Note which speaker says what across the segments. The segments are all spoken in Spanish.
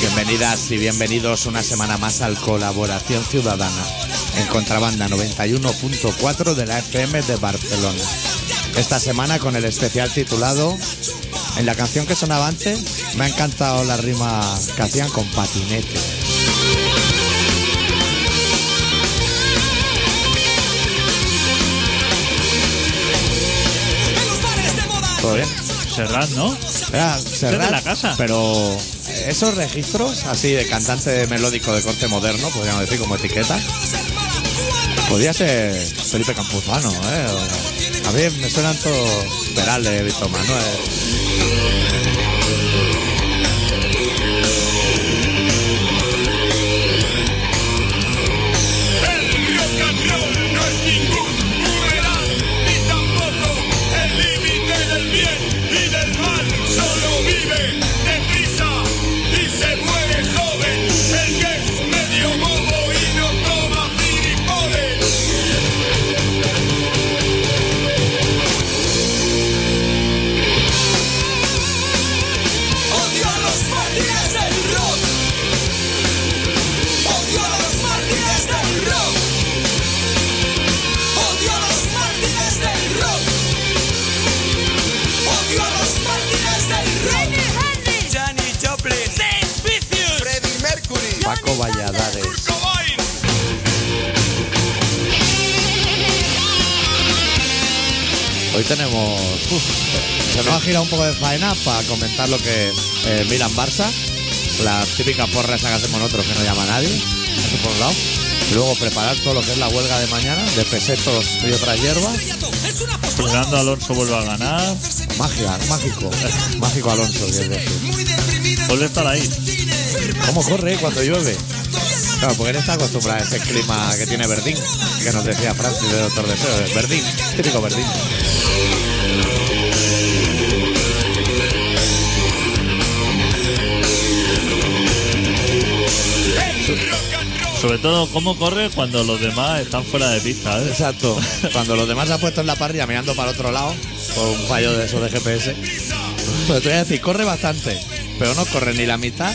Speaker 1: Bienvenidas y bienvenidos una semana más al Colaboración Ciudadana en Contrabanda 91.4 de la FM de Barcelona. Esta semana con el especial titulado En la canción que sonaba antes me ha encantado la rima que hacían con patinete.
Speaker 2: En los bares de moda.
Speaker 1: ¿Todo bien?
Speaker 3: Serrat, ¿no?
Speaker 1: Era Serrat,
Speaker 3: de la casa.
Speaker 1: Pero esos registros así de cantante melódico de corte moderno, podríamos decir como etiqueta, podría ser Felipe Campuzano, ¿eh? O- A mí me suenan todos Perales, Víctor Manuel.
Speaker 4: El rock and roll no es ningún burrelán, ni tampoco el límite del bien y del mal. Solo vive deprisa y se muere joven. El que es medio bobo y no toma gilipollas.
Speaker 2: Odio a los mártires del rock. Odio a los mártires del rock. Odio a los mártires del rock. Odio a los mártires del rock. Janis Joplin, Freddie Mercury,
Speaker 1: Paco Valladares.
Speaker 4: Cobain.
Speaker 1: Hoy tenemos. uf, se nos ha girado un poco de faena para comentar lo que eh, Milan Barça, la típica porra esa que hacemos nosotros que no llama a nadie, eso por un lado. Y Luego preparar todo lo que es la huelga de mañana, de pesetos y otras hierbas.
Speaker 2: es una
Speaker 3: Fernando Alonso vuelve a ganar.
Speaker 1: Magia, mágico. Mágico Alonso, quiero decir.
Speaker 2: muy deprimida.
Speaker 3: Vuelve a estar ahí.
Speaker 1: ¿Cómo corre eh, cuando llueve? Claro, porque él está acostumbrado a ese clima que tiene Verdín, que nos decía Francis de Doctor Deseo. Verdín, típico Verdín.
Speaker 3: Sobre todo, cómo corre cuando los demás están fuera de pista. ¿eh?
Speaker 1: Exacto. Cuando los demás se han puesto en la parrilla mirando para el otro lado, por un fallo de esos de GPS. Pero te voy a decir, corre bastante, pero no corre ni la mitad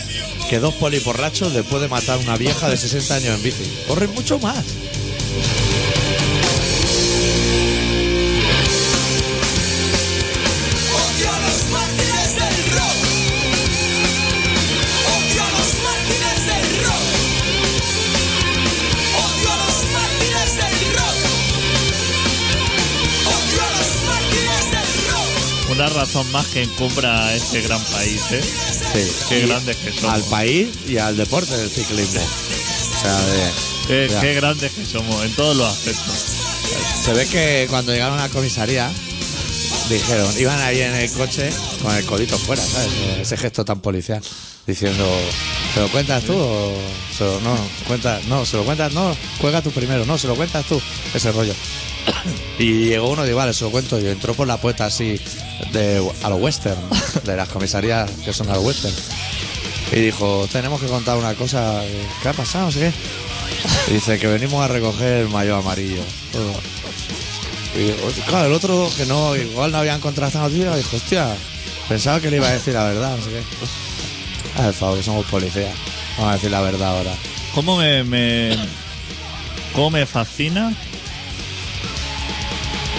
Speaker 1: que dos poliborrachos después de matar a una vieja de 60 años en bici. Corre mucho más.
Speaker 2: Odio a los mártires del rock. Odio a los mártires del rock. Odio a los mártires del rock. Odio a los mártires del rock.
Speaker 3: Una razón más que encumbra a este gran país. ¿eh?
Speaker 1: Sí.
Speaker 3: Qué grandes que somos.
Speaker 1: Al país y al deporte del ciclismo. O sea, de-
Speaker 3: Qué,
Speaker 1: ya.
Speaker 3: qué grandes que somos en todos los aspectos.
Speaker 1: Se ve que cuando llegaron a la comisaría dijeron, iban ahí en el coche con el codito fuera, ¿sabes? Eh, Ese gesto tan policial, diciendo, ¿se lo cuentas tú o se lo- no? Cuenta, no, se lo cuentas, no, juega tú primero, no, se lo cuentas tú, ese rollo. Y llegó uno y dijo, vale, se lo cuento yo. Entró por la puerta así de, a los western, de las comisarías que son a los western. Y dijo, tenemos que contar una cosa, ¿qué ha pasado? No sé qué. Y Dice que venimos a recoger el mayo amarillo. Y, o- claro, el otro que no, igual no habían contratado tío, dijo, hostia, pensaba que le iba a decir la verdad, no sé qué. Haz el favor, que somos policías. Vamos a decir la verdad ahora.
Speaker 3: ¿Cómo me, me- cómo me fascina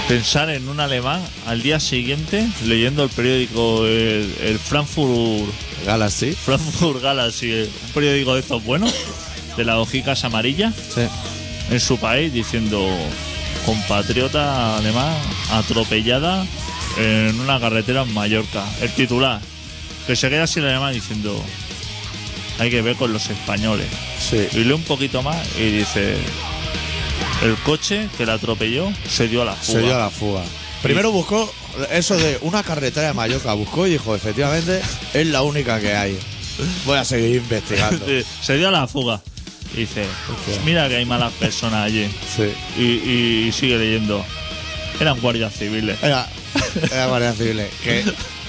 Speaker 3: pensar en un alemán al día siguiente leyendo el periódico el, el Frankfurt
Speaker 1: Galaxy.
Speaker 3: Frankfurt Galaxy, un periódico de estos buenos, de las hojicas amarillas,
Speaker 1: Sí.
Speaker 3: en su país diciendo compatriota alemán atropellada en una carretera en Mallorca. El titular, que se queda así el alemán diciendo hay que ver con los españoles.
Speaker 1: Sí.
Speaker 3: Y lee un poquito más y dice el coche que la atropelló se dio a la fuga.
Speaker 1: Se dio a la fuga. Primero buscó eso de una carretera de Mallorca. Buscó y dijo, efectivamente, es la única que hay. Voy a seguir investigando.
Speaker 3: Sí, se dio a la fuga. Y dice,
Speaker 1: Hostia.
Speaker 3: mira que hay malas personas allí.
Speaker 1: Sí.
Speaker 3: Y, y sigue leyendo. Eran guardias civiles.
Speaker 1: Era, era Guardia Civil. Que,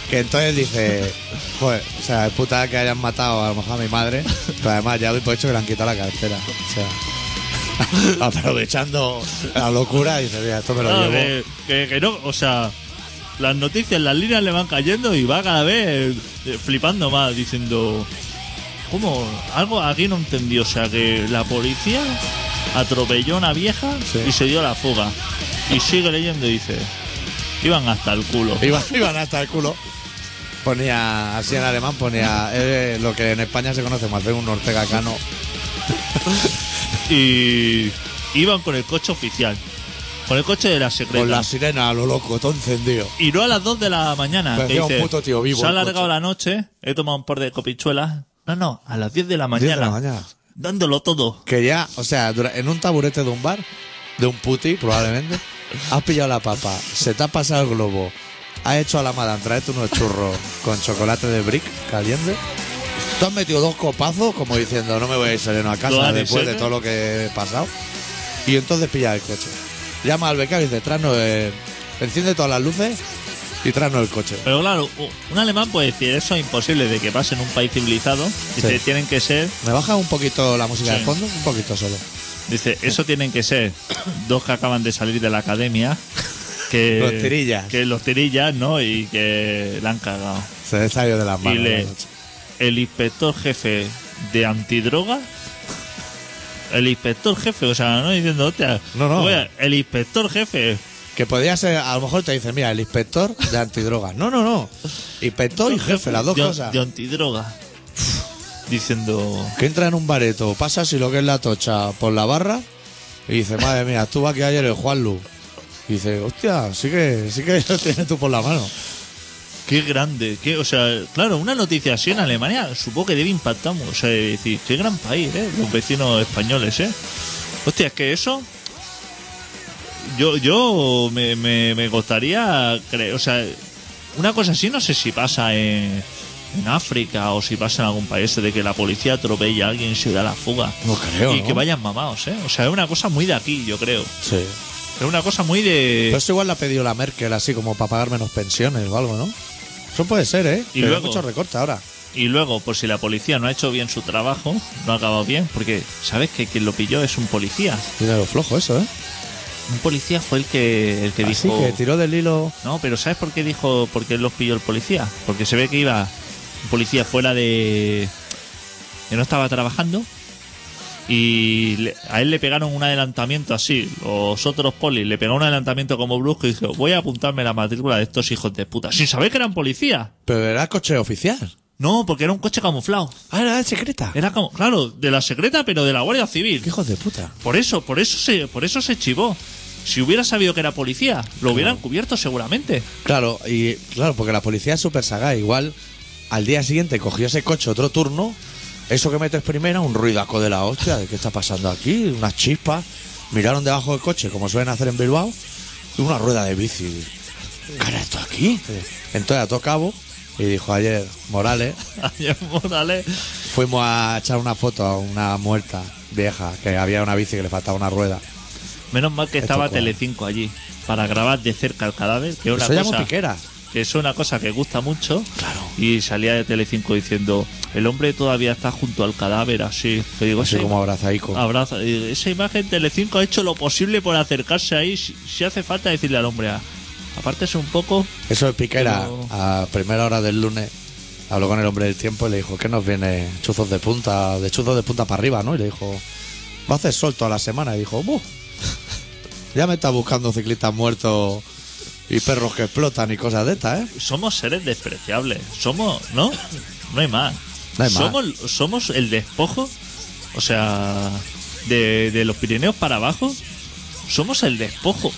Speaker 1: que entonces dice, joder, o sea, es putada que hayan matado a lo mejor a mi madre, pero además ya doy por hecho que le han quitado la cartera. O sea, aprovechando la locura, dice, mira, esto me lo
Speaker 3: No,
Speaker 1: llevo.
Speaker 3: que, que- que no, o sea, las noticias, las líneas le van cayendo y va cada vez eh, flipando más, diciendo ¿Cómo? Algo aquí no entendió. O sea, que la policía atropelló a una vieja
Speaker 1: Sí.
Speaker 3: y se dio la fuga. Y sigue leyendo y dice: Iban hasta el culo.
Speaker 1: Iban, iban hasta el culo. Ponía, así en alemán ponía eh, lo que en España se conoce como hacer un Ortega Cano.
Speaker 3: Y iban con el coche oficial. Con el coche de la secreta.
Speaker 1: Con la sirena a lo loco, todo encendido.
Speaker 3: Y no a las 2 de la mañana.
Speaker 1: Parecía
Speaker 3: que
Speaker 1: un
Speaker 3: dice,
Speaker 1: puto tío vivo
Speaker 3: Se ha
Speaker 1: el
Speaker 3: alargado
Speaker 1: coche".
Speaker 3: la noche, he tomado un par de copichuelas. No, no, a las 10 de la mañana.
Speaker 1: 10 de la mañana.
Speaker 3: Dándolo todo.
Speaker 1: Que ya, o sea, dura- en un taburete de un bar, de un puti probablemente, has pillado la papa, se te ha pasado el globo, has hecho a la madame traerte unos churros con chocolate de brick caliente. Tú has metido dos copazos como diciendo no me voy a ir sereno a
Speaker 3: Dos
Speaker 1: casa después de
Speaker 3: arisetes.
Speaker 1: todo lo que he pasado. Y entonces pillas el coche. Llama al becario y dice, tranos, eh, enciende todas las luces y tranos el coche.
Speaker 3: Pero claro, u- un alemán puede decir eso es imposible de que pase en un país civilizado. Dice,
Speaker 1: Sí.
Speaker 3: tienen que ser,
Speaker 1: ¿Me baja un poquito la música de
Speaker 3: Sí.
Speaker 1: fondo? Un poquito solo.
Speaker 3: dice, eso tienen que ser dos que acaban de salir de la academia. Que,
Speaker 1: Los tirillas.
Speaker 3: Que los tirillas, ¿no? Y que la han cagado.
Speaker 1: Se le salió de las
Speaker 3: y
Speaker 1: manos.
Speaker 3: le,
Speaker 1: la noche.
Speaker 3: el inspector jefe de antidroga. El inspector jefe, o sea, no diciendo, hostia.
Speaker 1: No, no.
Speaker 3: oye, el inspector jefe.
Speaker 1: Que podría ser, a lo mejor te dicen, mira, el inspector de antidrogas. No, no, no. Inspector y jefe, las dos
Speaker 3: de,
Speaker 1: cosas.
Speaker 3: De antidroga. Diciendo.
Speaker 1: Que entra en un bareto, pasa si lo que es la tocha por la barra y dice, madre mía, estuvo aquí ayer el Juan Lu. Y dice, hostia, sí que, sí que lo tienes tú por la mano.
Speaker 3: Qué grande, qué, o sea, claro, una noticia así en Alemania supongo que debe impactar, mu- o sea, debe decir, qué gran país, ¿eh? Los vecinos españoles, ¿eh? Hostia, es que eso... Yo, yo me, me, me gustaría creer, o sea, una cosa así no sé si pasa en, en África o si pasa en algún país de que la policía atropella a alguien y se da la fuga.
Speaker 1: No creo,
Speaker 3: Y
Speaker 1: ¿no?
Speaker 3: que vayan mamados, ¿eh? O sea, es una cosa muy de aquí, yo creo.
Speaker 1: Sí.
Speaker 3: Es una cosa muy de...
Speaker 1: Pero eso igual la ha pedido la Merkel así como para pagar menos pensiones o algo, ¿no? Eso puede ser, ¿eh?
Speaker 3: Y
Speaker 1: Que hay
Speaker 3: luego-
Speaker 1: mucho recorte ahora.
Speaker 3: Y luego, por si la policía no ha hecho bien su trabajo, no ha acabado bien, porque sabes que quien lo pilló es un policía.
Speaker 1: Dinero flojo eso, ¿eh?
Speaker 3: Un policía fue el que, el que
Speaker 1: Así
Speaker 3: dijo.
Speaker 1: Ah, que tiró del hilo.
Speaker 3: No, pero ¿sabes por qué dijo, por qué los pilló el policía? Porque se ve que iba un policía fuera de. que no estaba trabajando. Y le- a él le pegaron un adelantamiento así. Los otros polis le pegaron un adelantamiento como brusco y dijo: Voy a apuntarme la matrícula de estos hijos de puta. Sin saber que eran policías.
Speaker 1: Pero era coche oficial.
Speaker 3: No, porque era un coche camuflado.
Speaker 1: Ah, era secreta.
Speaker 3: Era como, claro, de la secreta, pero de la Guardia Civil.
Speaker 1: Qué hijos de puta.
Speaker 3: Por eso, por eso se, por eso se chivó. Si hubiera sabido que era policía, lo hubieran cubierto seguramente.
Speaker 1: Claro, y claro, porque la policía es súper sagaz. Igual al día siguiente cogió ese coche otro turno. Eso que metes primero, un ruidaco de la hostia, de qué está pasando aquí, unas chispas. Miraron debajo del coche, como suelen hacer en Bilbao, y una rueda de bici. ¿Qué era esto aquí? Entonces ató cabo y dijo ayer, Morales,
Speaker 3: Ayer Morales.
Speaker 1: fuimos a echar una foto a una muerta vieja, que había una bici que le faltaba una rueda.
Speaker 3: Menos mal que estaba
Speaker 1: cuál?
Speaker 3: Telecinco allí para grabar de cerca el cadáver, que es una
Speaker 1: Eso llamó
Speaker 3: cosa
Speaker 1: piquera.
Speaker 3: que es una cosa que gusta mucho. Claro. Y salía de Telecinco diciendo, el hombre todavía está junto al cadáver, así. Que digo,
Speaker 1: Así
Speaker 3: "Ese-
Speaker 1: como abrazaico.
Speaker 3: Abraza. Y Esa imagen Telecinco ha hecho lo posible por acercarse ahí. Si, si hace falta decirle al hombre, "Ah, apártese un poco.
Speaker 1: Eso es Piquera,
Speaker 3: Pero-
Speaker 1: a primera hora del lunes, habló con el hombre del tiempo y le dijo, ¿qué nos viene? Chuzos de punta, de chuzos de punta para arriba, ¿no? Y le dijo, va a hacer sol toda la semana. Y dijo, "Buh, ya me está buscando ciclistas muertos y perros que explotan y cosas de estas, ¿eh?
Speaker 3: somos seres despreciables. Somos, ¿no? No hay más.
Speaker 1: No hay más.
Speaker 3: somos, somos el despojo, o sea, de, de los Pirineos para abajo. Somos el despojo.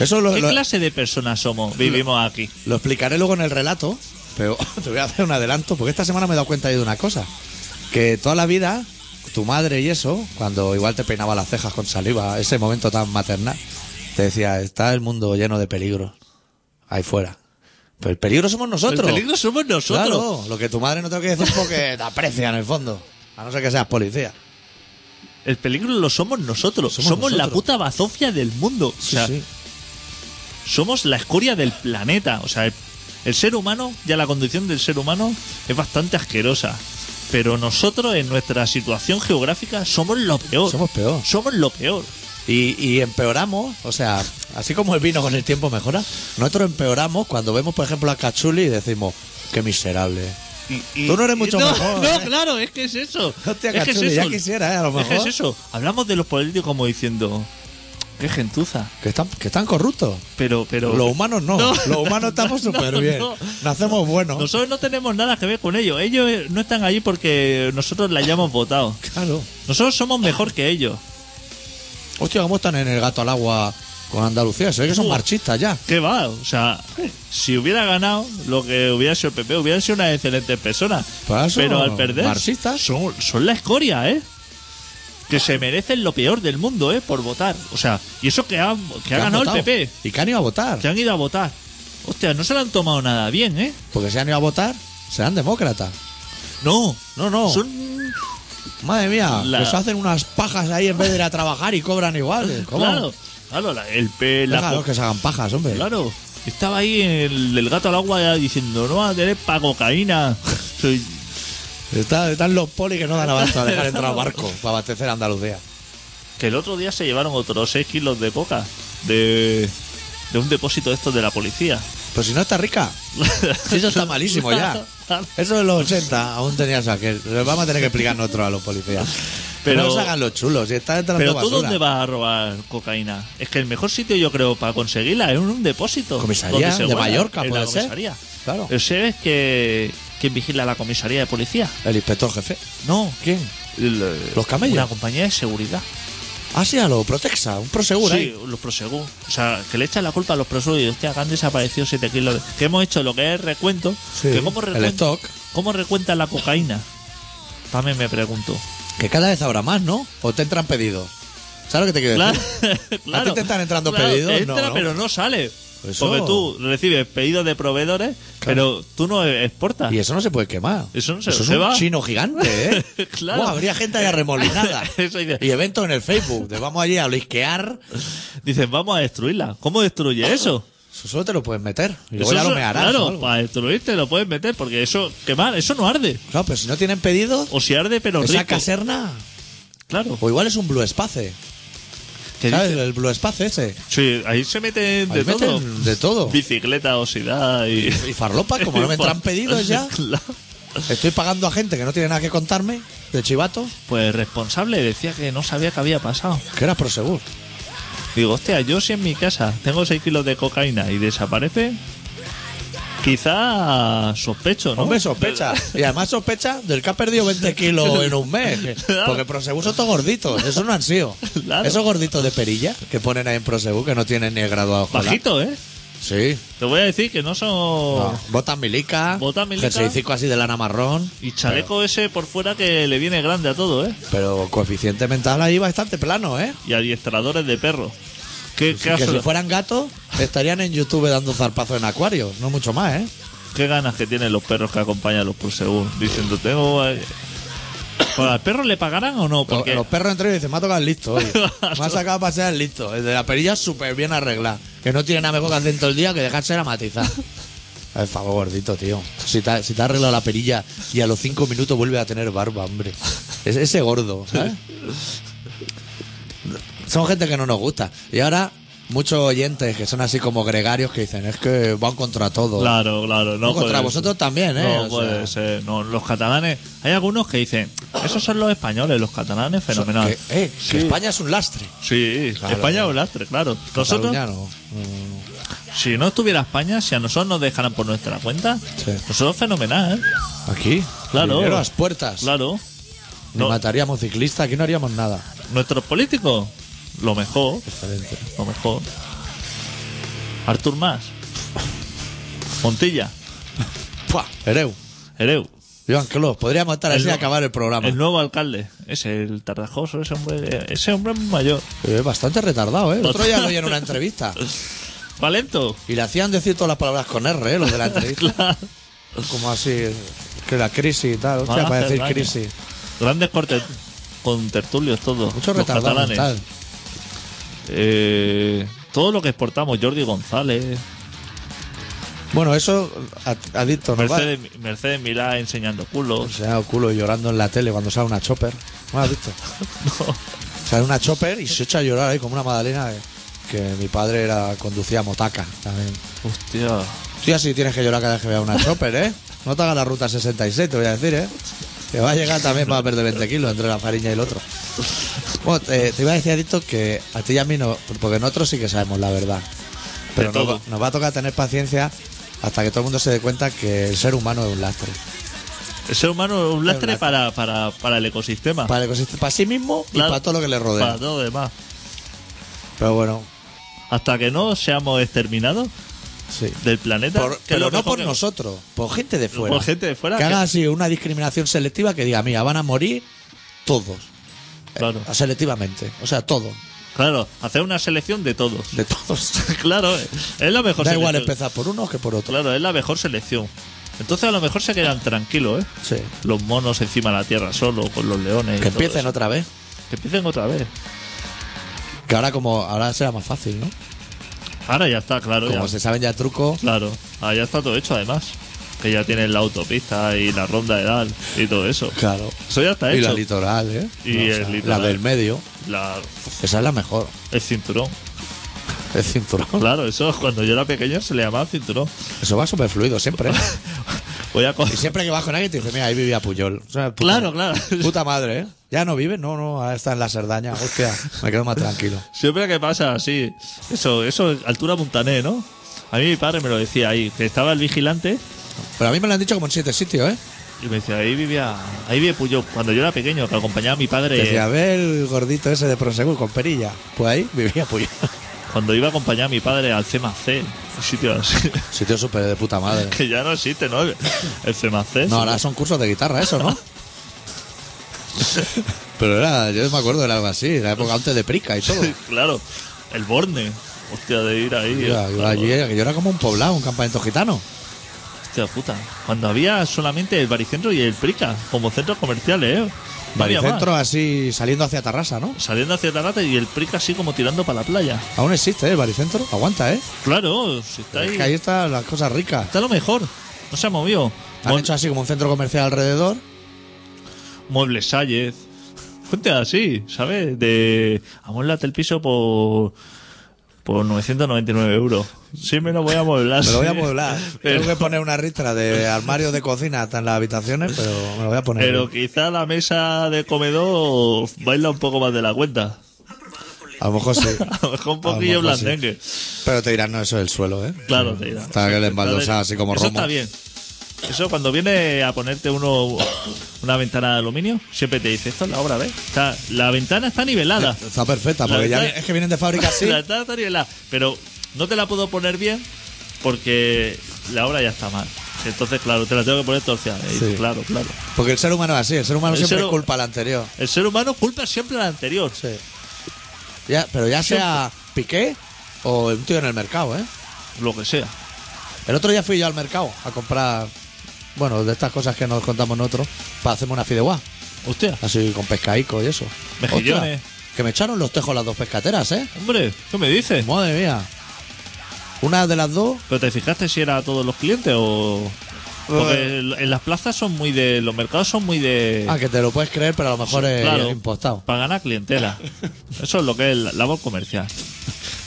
Speaker 1: Eso lo,
Speaker 3: ¿Qué
Speaker 1: lo-
Speaker 3: clase de personas somos? Vivimos aquí.
Speaker 1: lo explicaré luego en el relato, pero te voy a hacer un adelanto, porque esta semana me he dado cuenta yo de una cosa, que toda la vida, tu madre y eso, cuando igual te peinaba las cejas con saliva, ese momento tan maternal, te decía, está el mundo lleno de peligros, ahí fuera. Pero el peligro somos nosotros.
Speaker 3: El peligro somos nosotros.
Speaker 1: Claro, lo que tu madre no te lo quiere decir porque te aprecia en el fondo, a no ser que seas policía.
Speaker 3: El peligro lo somos nosotros.
Speaker 1: Somos
Speaker 3: Somos, la
Speaker 1: nosotros.
Speaker 3: puta bazofia del mundo. O sea,
Speaker 1: Sí, sí.
Speaker 3: somos la escoria del planeta. O sea, el, el ser humano, ya la condición del ser humano es bastante asquerosa. Pero nosotros, en nuestra situación geográfica, somos lo peor.
Speaker 1: Somos peor.
Speaker 3: Somos lo peor.
Speaker 1: Y, y empeoramos, o sea, así como el vino con el tiempo mejora, nosotros empeoramos cuando vemos, por ejemplo, a Cachuli y decimos, qué miserable,
Speaker 3: Y- y-
Speaker 1: Tú no eres mucho
Speaker 3: no,
Speaker 1: mejor,
Speaker 3: No,
Speaker 1: ¿eh?
Speaker 3: claro, es que es eso.
Speaker 1: Hostia,
Speaker 3: es que es
Speaker 1: cachuli, ya
Speaker 3: eso.
Speaker 1: quisiera, ¿eh? A lo
Speaker 3: Es que es
Speaker 1: mejor.
Speaker 3: eso. Hablamos de los políticos como diciendo. Qué gentuza.
Speaker 1: Que están, que están corruptos.
Speaker 3: Pero, pero.
Speaker 1: Los humanos no.
Speaker 3: No.
Speaker 1: Los humanos estamos
Speaker 3: No,
Speaker 1: súper bien.
Speaker 3: no.
Speaker 1: Nacemos buenos.
Speaker 3: Nosotros no tenemos nada que ver con ellos. Ellos eh, no están allí porque nosotros la hayamos votado.
Speaker 1: Claro.
Speaker 3: Nosotros somos mejor que ellos.
Speaker 1: Hostia, ¿cómo están en el gato al agua con Andalucía? Se ve que son
Speaker 3: Buah.
Speaker 1: marchistas ya.
Speaker 3: ¿Qué va? O sea, si hubiera ganado lo que hubiera sido el PP, hubiera sido una excelente persona.
Speaker 1: Pues eso,
Speaker 3: Pero al perder,
Speaker 1: marxistas.
Speaker 3: Son, son la escoria, ¿eh? Que se merecen lo peor del mundo, ¿eh? Por votar. O sea, y eso que ha, que ha
Speaker 1: han
Speaker 3: ganado
Speaker 1: votado.
Speaker 3: el PP,
Speaker 1: ¿Y que han ido a votar?
Speaker 3: que han ido a votar. Hostia, no se lo han tomado nada bien, ¿eh?
Speaker 1: Porque si han ido a votar, serán demócratas.
Speaker 3: No,
Speaker 1: No, no.
Speaker 3: Son,
Speaker 1: Madre mía,
Speaker 3: La-
Speaker 1: que se hacen unas pajas ahí en vez de ir a trabajar y cobran igual. ¿Cómo?
Speaker 3: claro, claro, la- el P, la
Speaker 1: Déjalos que se hagan pajas, hombre.
Speaker 3: Claro, estaba ahí el, el gato al agua ya diciendo, no vas a tener pa' cocaína. Soy-
Speaker 1: Está- están los polis que no dan abasto a dejar entrar barcos para abastecer a Andalucía.
Speaker 3: que el otro día se llevaron otros 6 kilos de coca de, de un depósito de estos de la policía.
Speaker 1: Pero Pues si no está rica. Si eso está malísimo ya. Eso de los 80 aún tenías aquel. Lo Vamos a tener que explicar nosotros a los policías.
Speaker 3: Pero-
Speaker 1: Pero no se hagan los chulos. Si está entrando
Speaker 3: Pero tú
Speaker 1: basura.
Speaker 3: dónde vas a robar cocaína? Es que el mejor sitio yo creo para conseguirla es un, un depósito.
Speaker 1: Comisaría
Speaker 3: donde se
Speaker 1: de
Speaker 3: guarda,
Speaker 1: Mallorca,
Speaker 3: en
Speaker 1: puede
Speaker 3: la
Speaker 1: ser.
Speaker 3: comisaría.
Speaker 1: Claro.
Speaker 3: Pero ¿Sabes que quién vigila la comisaría de policía?
Speaker 1: El inspector jefe.
Speaker 3: No.
Speaker 1: ¿Quién?
Speaker 3: el- eh,
Speaker 1: ¿Los camellos?
Speaker 3: Una compañía de seguridad.
Speaker 1: Ah, sí, a lo Protexa, un prosegura.
Speaker 3: Sí, los prosegún. O sea, que le echan la culpa a los prosegur y hostia, que han desaparecido 7 kilos. de- Que hemos hecho lo que es recuento.
Speaker 1: Sí,
Speaker 3: que cómo
Speaker 1: el
Speaker 3: recuenta,
Speaker 1: stock.
Speaker 3: ¿Cómo recuenta la cocaína? También me pregunto.
Speaker 1: Que cada vez habrá más, ¿no? O te entran pedidos. ¿Sabes lo que te quiero
Speaker 3: Claro,
Speaker 1: decir?
Speaker 3: claro.
Speaker 1: ¿A ti te están entrando
Speaker 3: Claro,
Speaker 1: pedidos?
Speaker 3: Entra,
Speaker 1: No, no.
Speaker 3: pero no sale.
Speaker 1: Eso.
Speaker 3: Porque tú recibes pedidos de proveedores, pero tú no e-, exportas.
Speaker 1: Y eso no se puede quemar.
Speaker 3: Eso no se-
Speaker 1: es
Speaker 3: se
Speaker 1: un
Speaker 3: va.
Speaker 1: chino gigante, ¿eh?
Speaker 3: Claro.
Speaker 1: Buah, habría gente ahí arremolinada.
Speaker 3: Eso dice.
Speaker 1: y eventos en el Facebook. De vamos allí a blisquear.
Speaker 3: Dicen, vamos a destruirla. ¿Cómo destruye eso?
Speaker 1: Eso solo te lo puedes meter. Y luego
Speaker 3: Eso
Speaker 1: ya
Speaker 3: es-
Speaker 1: lo mearás. o
Speaker 3: Claro,
Speaker 1: algo.
Speaker 3: para destruirte lo puedes meter, porque eso, quemar, eso no arde.
Speaker 1: Claro, pero si no tienen pedido,
Speaker 3: O si arde, pero
Speaker 1: esa
Speaker 3: rico.
Speaker 1: caserna.
Speaker 3: Claro.
Speaker 1: O igual es un Blue Space.
Speaker 3: Que
Speaker 1: ¿Sabes?
Speaker 3: dice-
Speaker 1: El Blue Space ese.
Speaker 3: Sí, ahí se meten de
Speaker 1: Ahí meten
Speaker 3: todo.
Speaker 1: de todo.
Speaker 3: Bicicleta, osidad y. Pues,
Speaker 1: Y farlopas, como no me entran pedidos ya.
Speaker 3: Claro.
Speaker 1: Estoy pagando a gente que no tiene nada que contarme. De chivato.
Speaker 3: Pues responsable decía que no sabía que había pasado.
Speaker 1: Que era Prosegur.
Speaker 3: Digo, hostia, yo si en mi casa tengo 6 kilos de cocaína y desaparece, quizá sospecho, ¿no?
Speaker 1: Hombre, sospecha. Y además sospecha del que ha perdido 20 kilos en un mes.
Speaker 3: Claro.
Speaker 1: Porque Prosegur son todos gorditos. Eso no han sido.
Speaker 3: Claro.
Speaker 1: Esos gorditos de perilla que ponen ahí en Prosegur que no tienen ni el graduado escolar.
Speaker 3: Bajito, ¿eh?
Speaker 1: Sí.
Speaker 3: Te voy a decir que no son.
Speaker 1: No. Botas milica.
Speaker 3: Botas milica.
Speaker 1: Jerseycico así de lana marrón.
Speaker 3: Y chaleco ese por fuera que le viene grande a todo, ¿eh?
Speaker 1: Pero coeficiente mental ahí bastante plano, ¿eh?
Speaker 3: Y adiestradores de perro. Qué, qué
Speaker 1: Pues que si
Speaker 3: absurdo.
Speaker 1: fueran gatos, estarían en YouTube dando zarpazos en acuario. No mucho más, ¿eh?
Speaker 3: Qué ganas que tienen los perros que acompañan a los prosegur. Diciendo, tengo. eh, Bueno, ¿Al perro le pagarán o no?
Speaker 1: Los,
Speaker 3: Porque
Speaker 1: los perros entre ellos dicen, me ha tocado el listo, oye. Me ha sacado a pasear el listo. El de la perilla súper bien arreglada. Que no tiene nada mejor que hacer en todo el día que dejarse la matizar. Por favor, gordito, tío. Si te, ha- si te ha arreglado la perilla y a los cinco minutos vuelve a tener barba, hombre. Es, ese gordo, ¿sabes? Son gente que no nos gusta. Y ahora, muchos oyentes que son así como gregarios que dicen, es que van contra todo.
Speaker 3: Claro, claro. No
Speaker 1: No, contra
Speaker 3: puede
Speaker 1: vosotros también, ¿eh?
Speaker 3: No
Speaker 1: O
Speaker 3: puede
Speaker 1: sea.
Speaker 3: ser. No, los catalanes. Hay algunos que dicen, esos son los españoles, los catalanes, fenomenal.
Speaker 1: Que, eh, que España es un lastre.
Speaker 3: Sí,
Speaker 1: Claro.
Speaker 3: España es un lastre, claro. Nosotros,
Speaker 1: Cataluña no.
Speaker 3: si no estuviera España, si a nosotros nos dejaran por nuestra cuenta,
Speaker 1: Sí.
Speaker 3: nosotros fenomenal, ¿eh?
Speaker 1: Aquí,
Speaker 3: Claro.
Speaker 1: dinero a las puertas.
Speaker 3: Claro.
Speaker 1: Ni
Speaker 3: No.
Speaker 1: mataríamos ciclistas, aquí no haríamos nada.
Speaker 3: Nuestros políticos, lo mejor,
Speaker 1: Excelente.
Speaker 3: lo mejor. Artur Mas. Montilla.
Speaker 1: ¡Pua! Ereu,
Speaker 3: Ereu.
Speaker 1: Joan Clos, podríamos estar
Speaker 3: El
Speaker 1: así y
Speaker 3: nuevo-
Speaker 1: acabar el programa.
Speaker 3: El nuevo alcalde. Es el tardajoso, ese hombre, ese hombre es mayor.
Speaker 1: Eh, bastante retardado, ¿eh? El otro día lo oí en una entrevista.
Speaker 3: Valento.
Speaker 1: Y le hacían decir todas las palabras con R, ¿eh? Los de la entrevista.
Speaker 3: Claro.
Speaker 1: Como así, que la crisis y tal.
Speaker 3: Van
Speaker 1: Hostia,
Speaker 3: a
Speaker 1: para
Speaker 3: hacer
Speaker 1: decir
Speaker 3: daño.
Speaker 1: crisis.
Speaker 3: Grandes cortes con tertulios todos.
Speaker 1: Mucho
Speaker 3: los
Speaker 1: retardado
Speaker 3: catalanes.
Speaker 1: mental.
Speaker 3: Eh, todo lo que exportamos, Jordi González,
Speaker 1: Bueno, eso, a- adicto, ¿no?
Speaker 3: Mercedes, Mercedes Milá enseñando culos.
Speaker 1: Se ha dado culo llorando en la tele cuando sale una chopper. ¿No has visto? Sale una chopper y se echa a llorar ahí como una madalena. eh, Que mi padre era conducía motaca también.
Speaker 3: Hostia.
Speaker 1: Tú así tienes que llorar cada vez que veas una chopper, ¿eh? No te hagas la ruta 66, te voy a decir, ¿eh? Que va a llegar también para perder 20 kilos entre la fariña y el otro. Bueno, te, te iba a decir, Adicto, que a ti y a mí no, porque nosotros sí que sabemos la verdad. Pero
Speaker 3: De
Speaker 1: nos,
Speaker 3: todo.
Speaker 1: va- nos va a tocar tener paciencia hasta que todo el mundo se dé cuenta que el ser humano es un lastre.
Speaker 3: El ser humano es un lastre
Speaker 1: lastre.
Speaker 3: para, para, para el ecosistema.
Speaker 1: Para el ecosistema, para sí mismo y
Speaker 3: Ah. Claro.
Speaker 1: para todo lo que le
Speaker 3: Para
Speaker 1: rodea.
Speaker 3: todo lo demás.
Speaker 1: Pero bueno,
Speaker 3: Hasta que no seamos exterminados
Speaker 1: sí.
Speaker 3: del planeta.
Speaker 1: Por-
Speaker 3: que es lo
Speaker 1: pero no
Speaker 3: mejor
Speaker 1: por
Speaker 3: que-
Speaker 1: nosotros, por gente de fuera.
Speaker 3: Por gente de fuera,
Speaker 1: Que
Speaker 3: que-
Speaker 1: haga así una discriminación selectiva que diga, mira, van a morir todos. Eh,
Speaker 3: Claro.
Speaker 1: selectivamente. O sea, todos.
Speaker 3: Claro, hacer una selección de todos.
Speaker 1: De todos.
Speaker 3: claro, es la mejor
Speaker 1: da
Speaker 3: selección.
Speaker 1: igual empezar por uno que por otro.
Speaker 3: Claro, es la mejor selección. Entonces a lo mejor se quedan tranquilos, ¿eh?
Speaker 1: Sí.
Speaker 3: Los monos encima de la tierra solo, con los leones. y
Speaker 1: Que
Speaker 3: todo
Speaker 1: empiecen
Speaker 3: eso.
Speaker 1: otra vez.
Speaker 3: Que empiecen otra vez.
Speaker 1: Que ahora como ahora será más fácil, ¿no?
Speaker 3: Ahora ya está, claro.
Speaker 1: Como
Speaker 3: ya.
Speaker 1: se saben ya trucos.
Speaker 3: Claro, ahora ya está todo hecho además. Que ya tienen la autopista y la ronda de edad y todo eso.
Speaker 1: Claro.
Speaker 3: Eso ya está
Speaker 1: Y la
Speaker 3: hecho.
Speaker 1: litoral, ¿eh?
Speaker 3: Y
Speaker 1: No, o
Speaker 3: el
Speaker 1: sea,
Speaker 3: litoral.
Speaker 1: La del medio.
Speaker 3: La-
Speaker 1: Esa es la mejor.
Speaker 3: el cinturón.
Speaker 1: El cinturón.
Speaker 3: Claro, eso cuando yo era pequeño se le llamaba cinturón.
Speaker 1: Eso va súper fluido siempre. ¿eh?
Speaker 3: Voy a co-
Speaker 1: y siempre que vas con alguien te dice, mira, ahí vivía Puyol. O sea, puta-
Speaker 3: Claro, claro.
Speaker 1: Puta madre, ¿eh? ¿Ya no vive? No, no, ahora está en la Cerdaña. Hostia, me quedo más tranquilo.
Speaker 3: Siempre que pasa así. Eso, eso, altura montané, ¿no? A mí mi padre me lo decía ahí, que estaba el vigilante
Speaker 1: Pero a mí me lo han dicho como en siete sitios, ¿eh?
Speaker 3: y me decía, ahí vivía, ahí vivía Puyol, cuando yo era pequeño, que acompañaba a mi padre,
Speaker 1: Decía, ve el gordito ese de Prosegur con perilla. Pues ahí vivía Puyol.
Speaker 3: cuando iba a acompañar a mi padre al CMC, un sitio así,
Speaker 1: Sitio súper de puta madre.
Speaker 3: que ya no existe, ¿no? El CMC.
Speaker 1: No, ahora son cursos de guitarra, eso, ¿no? Pero era, yo me acuerdo, era algo así, la época antes de Prica y todo.
Speaker 3: claro, el Borne, hostia, de ir ahí. eh,
Speaker 1: Yo, yo allí- yo era como un poblado, un campamento gitano.
Speaker 3: Hostia puta, cuando había solamente el Baricentro y el Prica, como centros comerciales, ¿eh? No había
Speaker 1: Baricentro
Speaker 3: más.
Speaker 1: así saliendo hacia Tarrasa, ¿no?
Speaker 3: Saliendo hacia Tarata y el Prica así como tirando para la playa.
Speaker 1: Aún existe, ¿eh? el Baricentro. Aguanta, ¿eh?
Speaker 3: Claro, si está
Speaker 1: Es
Speaker 3: ahí.
Speaker 1: que ahí están las cosas ricas.
Speaker 3: Está lo mejor. No se ha movido.
Speaker 1: Han hecho así como un centro comercial alrededor.
Speaker 3: Muebles Sállez. Gente así, ¿sabes? De amueblate el piso por por 999 euros. Sí, me lo voy a amueblar.
Speaker 1: Me lo voy a
Speaker 3: sí.
Speaker 1: mueblar.
Speaker 3: Pero,
Speaker 1: Tengo que poner una ristra de armarios de cocina hasta en las habitaciones, pero me lo voy a poner.
Speaker 3: pero quizá la mesa de comedor baila un poco más de la cuenta.
Speaker 1: A lo mejor sí.
Speaker 3: A lo mejor un
Speaker 1: A lo
Speaker 3: poquillo
Speaker 1: mejor sí.
Speaker 3: blandengue.
Speaker 1: Pero te dirán, no, eso es el suelo, ¿eh?
Speaker 3: Claro, te dirá.
Speaker 1: Está el embaldosado así como
Speaker 3: Eso
Speaker 1: Romo.
Speaker 3: está bien. Eso cuando viene a ponerte uno una ventana de aluminio, siempre te dice, esto es la obra, ¿ves? Está- la ventana está nivelada.
Speaker 1: Está perfecta,
Speaker 3: La
Speaker 1: porque ya
Speaker 3: verdad-
Speaker 1: vi- es que vienen de fábrica así.
Speaker 3: La ventana está nivelada. Pero no te la puedo poner bien porque la obra ya está mal. Entonces, claro, te la tengo que poner torcida. Y dices,
Speaker 1: Sí.
Speaker 3: Claro, claro.
Speaker 1: Porque el ser humano es así, el ser humano
Speaker 3: El
Speaker 1: siempre
Speaker 3: ser-
Speaker 1: culpa al anterior.
Speaker 3: El ser humano culpa siempre al anterior.
Speaker 1: Sí. Ya, pero ya sea Piqué o un tío en el mercado, ¿eh?
Speaker 3: Lo que sea.
Speaker 1: El otro día fui yo al mercado a comprar, bueno, de estas cosas que nos contamos nosotros, para hacerme una fideuá,
Speaker 3: Hostia,
Speaker 1: así con pescaico y eso.
Speaker 3: Mejillones.
Speaker 1: Ostras, que me echaron los tejos las dos pescateras, ¿eh?
Speaker 3: hombre, ¿qué me dices?
Speaker 1: Madre mía. Una de las dos,
Speaker 3: ¿Pero te fijaste si era a todos los clientes o...? Porque en en las plazas son muy de... Los mercados son muy de...
Speaker 1: Eh. ah, que te lo puedes creer, pero a lo mejor es
Speaker 3: claro,
Speaker 1: impostado.
Speaker 3: Para ganar clientela. Eso es lo que es la labor comercial.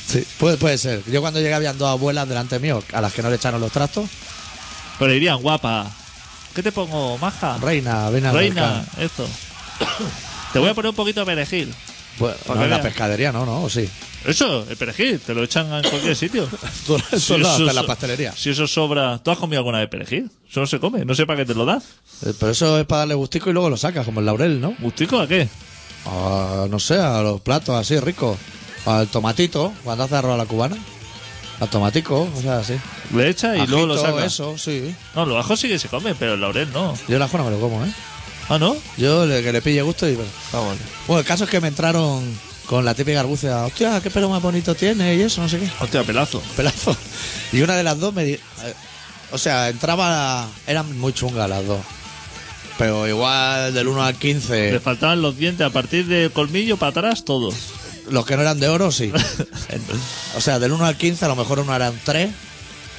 Speaker 1: Sí, puede, puede ser. Yo cuando llegué habían dos abuelas delante mío a las que no le echaron los trastos.
Speaker 3: Pero dirían, guapa, ¿qué te pongo, maja?
Speaker 1: Reina, ven al
Speaker 3: Reina,
Speaker 1: mercado.
Speaker 3: esto. Te voy a poner un poquito de perejil.
Speaker 1: Bueno,
Speaker 3: Para
Speaker 1: no
Speaker 3: que
Speaker 1: en la
Speaker 3: vean.
Speaker 1: pescadería, no, no, ¿O sí.
Speaker 3: Eso, el perejil, te lo echan en cualquier sitio.
Speaker 1: Tú- tú lo haces en la
Speaker 3: so-
Speaker 1: pastelería.
Speaker 3: Si eso sobra. ¿Tú has comido alguna vez perejil? Eso no se come, no sé para qué te lo das.
Speaker 1: Eh, Pero eso es para darle gustico y luego lo sacas, como el laurel, ¿no?
Speaker 3: ¿Gustico a qué?
Speaker 1: A, no sé, a los platos así ricos. Al tomatito, cuando hace arroz a la cubana. Al tomatico, o sea, así.
Speaker 3: Le echas y luego lo
Speaker 1: Ajito,
Speaker 3: sacas.
Speaker 1: eso, sí.
Speaker 3: No, los ajos sí que se comen, pero el laurel no.
Speaker 1: Yo la no me lo como, ¿eh?
Speaker 3: Ah, ¿no?
Speaker 1: Yo le, que le pille gusto y... Bueno, el caso es que me entraron con la típica argucia. Hostia, qué pelo más bonito tiene y eso, no sé qué.
Speaker 3: Hostia, pelazo.
Speaker 1: pelazo. Y una de las dos me di- eh, O sea, entraba. Eran muy chungas las dos. Pero igual del 1 al
Speaker 3: Le
Speaker 1: 15,
Speaker 3: faltaban los dientes a partir del colmillo para atrás, todos.
Speaker 1: los que no eran de oro, sí. En- O sea, del 1 al 15, a lo mejor una era un 3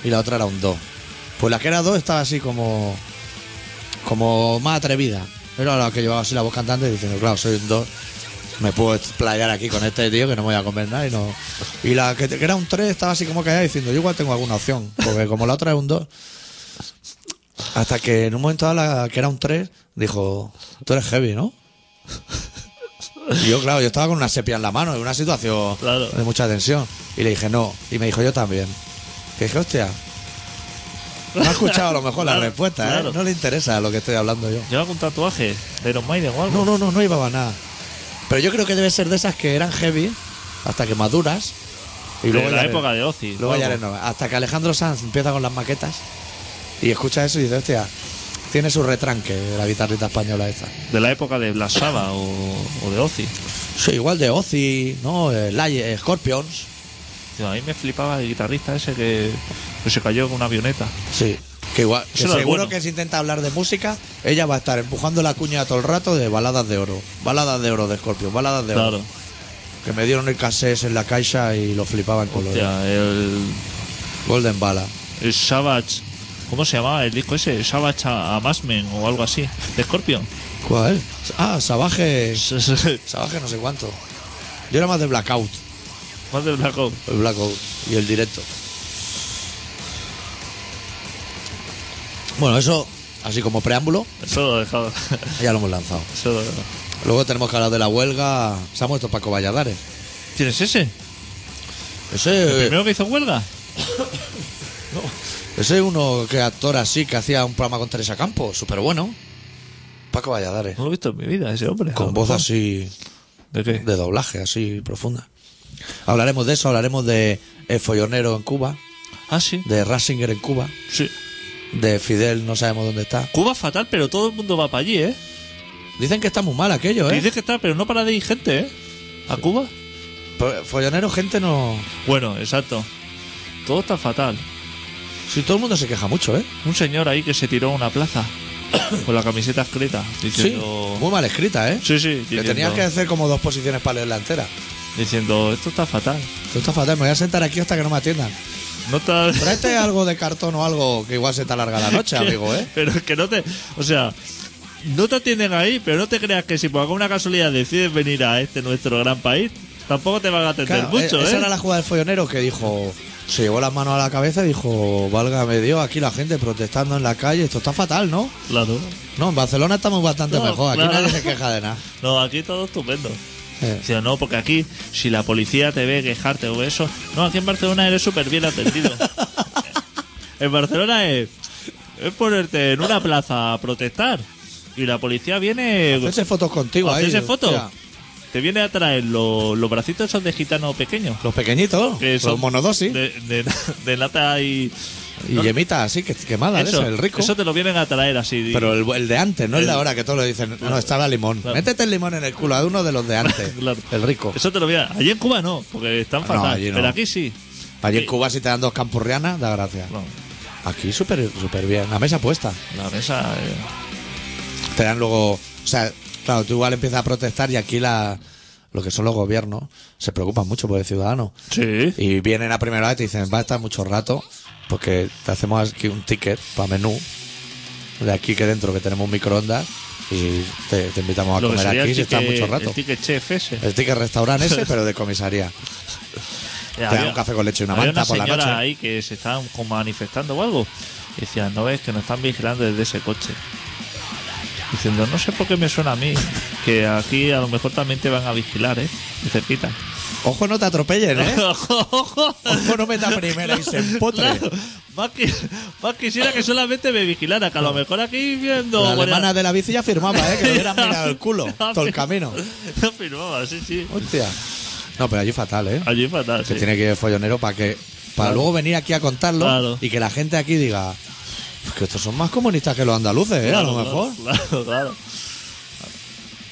Speaker 1: y la otra era un 2. Pues la que era 2 estaba así como. como más atrevida. Era la que llevaba así la voz cantante diciendo, claro, soy un 2. Me puedo explayar aquí con este tío que no me voy a comer nada y no. Y la que, que era un 3 estaba así como callada diciendo, yo igual tengo alguna opción, porque como la otra es un 2. Hasta que en un momento dado, la- que era un 3, dijo, tú eres heavy, ¿no? Y yo, claro, yo estaba con una sepia en la mano, en una situación
Speaker 3: Claro.
Speaker 1: de mucha tensión. Y le dije, no. Y me dijo, yo también. Que dije, hostia. No ha escuchado a lo mejor
Speaker 3: Claro,
Speaker 1: la respuesta, ¿eh?
Speaker 3: claro.
Speaker 1: No le interesa lo que estoy hablando yo.
Speaker 3: Lleva un tatuaje de Iron Maiden o
Speaker 1: No,
Speaker 3: algo.
Speaker 1: no, no, no llevaba nada. Pero yo creo que debe ser de esas que eran heavy hasta que maduras. Y
Speaker 3: De
Speaker 1: luego
Speaker 3: la
Speaker 1: ya le-
Speaker 3: época de Ozzy. o
Speaker 1: Luego ya
Speaker 3: algo.
Speaker 1: eres normal. Hasta que Alejandro Sanz empieza con las maquetas y escucha eso y dice, hostia, tiene su retranque de la guitarrita española esta.
Speaker 3: De la época de Black Sabbath o, o de Ozzy.
Speaker 1: Sí, igual de Ozzy, ¿no? Eh, Lye- eh, Scorpions.
Speaker 3: Tío, a mí me flipaba el guitarrista ese que, que se cayó con una avioneta.
Speaker 1: Sí. Que igual, que
Speaker 3: Eso no es
Speaker 1: seguro
Speaker 3: bueno.
Speaker 1: que si intenta hablar de música, ella va a estar empujando la cuña todo el rato de baladas de oro. Baladas de oro de Scorpions, baladas de
Speaker 3: Claro.
Speaker 1: oro. Que me dieron el cassette en la caixa y lo flipaban con colores.
Speaker 3: Hostia, el,
Speaker 1: Golden Bala.
Speaker 3: el Savage. ¿Cómo se llamaba el disco ese? Savage a, a Masmen o algo así. De Scorpion.
Speaker 1: ¿Cuál? Ah, Sabaje.
Speaker 3: Más
Speaker 1: Sabaje no sé cuánto. Yo era más de Blackout.
Speaker 3: de Black Ops.
Speaker 1: El Blackout y el directo. Bueno, eso, así como preámbulo,
Speaker 3: Eso lo he dejado.
Speaker 1: ya lo hemos lanzado.
Speaker 3: Eso lo he dejado.
Speaker 1: Luego tenemos que hablar de la huelga. Se ha muerto Paco Valladares.
Speaker 3: ¿Tienes ese?
Speaker 1: Ese,
Speaker 3: ¿Primero que hizo huelga?
Speaker 1: ese es uno que actor así que hacía un programa con Teresa Campos, súper bueno. Paco Valladares.
Speaker 3: No lo he visto en mi vida, ese hombre.
Speaker 1: Con voz así
Speaker 3: ¿De qué?
Speaker 1: de doblaje, así profunda. Hablaremos de eso, hablaremos de El Follonero en Cuba,
Speaker 3: Ah, sí.
Speaker 1: de Ratzinger en Cuba,
Speaker 3: Sí.
Speaker 1: de Fidel no sabemos dónde está.
Speaker 3: Cuba fatal, pero todo el mundo va para allí, ¿eh?
Speaker 1: Dicen que está muy mal aquello, ¿eh?
Speaker 3: Dices que está, pero no para de ir gente, ¿eh? ¿A Cuba?
Speaker 1: Pero Pues, Follonero, gente no...
Speaker 3: Bueno, exacto. Todo está fatal.
Speaker 1: Sí, todo el mundo se queja mucho, ¿eh?
Speaker 3: Un señor ahí que se tiró a una plaza con la camiseta escrita, diciendo...
Speaker 1: muy mal escrita, ¿eh?
Speaker 3: Sí, sí,
Speaker 1: Que
Speaker 3: diciendo,
Speaker 1: tenías que hacer como dos posiciones para leerla entera.
Speaker 3: diciendo, esto está fatal.
Speaker 1: Esto está fatal, me voy a sentar aquí hasta que no me atiendan.
Speaker 3: No está...
Speaker 1: Tráete algo de cartón o algo que igual se te alarga la noche, amigo, ¿eh?
Speaker 3: Pero es que no te... O sea, no te atienden ahí, pero no te creas que si por alguna casualidad decides venir a este nuestro gran país, tampoco te van a atender
Speaker 1: Claro,
Speaker 3: mucho,
Speaker 1: eh,
Speaker 3: ¿eh?
Speaker 1: Esa era la jugada del follonero que dijo... Se llevó las manos a la cabeza y dijo... Válgame Dios, aquí la gente protestando en la calle. Esto está fatal, ¿no?
Speaker 3: Claro.
Speaker 1: No, en Barcelona estamos bastante
Speaker 3: No,
Speaker 1: mejor. Aquí
Speaker 3: claro.
Speaker 1: nadie se queja de nada.
Speaker 3: No, aquí todo estupendo.
Speaker 1: Eh,
Speaker 3: Dice, no, porque aquí, si la policía te ve quejarte o eso, no, aquí en Barcelona eres súper bien atendido. en Barcelona es, es ponerte en una plaza a protestar y la policía viene.
Speaker 1: Pues, hacerse fotos contigo ahí.
Speaker 3: hacerse fotos.
Speaker 1: hostia.
Speaker 3: Te viene a traer lo- los bracitos esos de gitano pequeños.
Speaker 1: Los pequeñitos,
Speaker 3: Que
Speaker 1: los
Speaker 3: son
Speaker 1: monodosis.
Speaker 3: De, de- de lata y.
Speaker 1: Y yemita así, que quemada, Ah, de esa, el rico.
Speaker 3: eso te lo vienen a traer así.
Speaker 1: Pero el, el de antes, no el, de
Speaker 3: El-
Speaker 1: ahora que todos le dicen, no, está la limón.
Speaker 3: Claro.
Speaker 1: Métete el limón en el culo a uno de los de antes.
Speaker 3: Claro.
Speaker 1: El rico. Ah,
Speaker 3: Eso te lo vienen. Allí en Cuba no, porque están
Speaker 1: No,
Speaker 3: fatal.
Speaker 1: allí no.
Speaker 3: Pero aquí sí.
Speaker 1: Allí en
Speaker 3: Sí.
Speaker 1: Cuba si te dan dos campurrianas, da gracia.
Speaker 3: No,
Speaker 1: Aquí súper súper bien. La mesa puesta.
Speaker 3: la mesa. eh,
Speaker 1: Te dan luego. O sea, claro, tú igual empiezas a protestar y aquí la. Lo que son los gobiernos se preocupan mucho por el ciudadano.
Speaker 3: Sí.
Speaker 1: Y vienen a primera vez y te dicen, va a estar mucho rato, porque te hacemos aquí un ticket para menú, de aquí que dentro, que tenemos un microondas, y te, te invitamos a
Speaker 3: Lo que
Speaker 1: comer
Speaker 3: sería
Speaker 1: aquí
Speaker 3: el
Speaker 1: si estás
Speaker 3: ticket-
Speaker 1: mucho rato. Eh,
Speaker 3: El ticket chef ese.
Speaker 1: El ticket restaurante ese, pero de comisaría.
Speaker 3: Eh,
Speaker 1: dan un café con leche y una
Speaker 3: había
Speaker 1: manta
Speaker 3: una
Speaker 1: por la
Speaker 3: señora
Speaker 1: noche.
Speaker 3: ahí que se estaban como manifestando o algo. Y decían, no ves que nos están vigilando desde ese coche. Diciendo, no sé por qué me suena a mí. Que aquí a lo mejor también te van a vigilar, ¿eh? De cerquita.
Speaker 1: Ojo, no te atropellen, ¿eh?
Speaker 3: Ojo, ojo.
Speaker 1: Ojo, no meta primera y se empotre.
Speaker 3: Claro. Más, que- más quisiera que solamente me vigilara, que a lo mejor aquí viendo...
Speaker 1: La
Speaker 3: guardia-
Speaker 1: alemana de la bici ya firmaba, ¿eh? Que le hubieran mirado el culo todo el camino.
Speaker 3: No firmaba, sí, sí.
Speaker 1: Hostia. No, pero allí fatal, ¿eh?
Speaker 3: Allí fatal,
Speaker 1: Se
Speaker 3: sí.
Speaker 1: tiene que ir el follonero para que para luego venir aquí a contarlo
Speaker 3: Claro.
Speaker 1: y que la gente aquí diga "Pues que estos son más comunistas que los andaluces, ¿eh? a
Speaker 3: Claro,
Speaker 1: lo mejor.
Speaker 3: Claro, claro.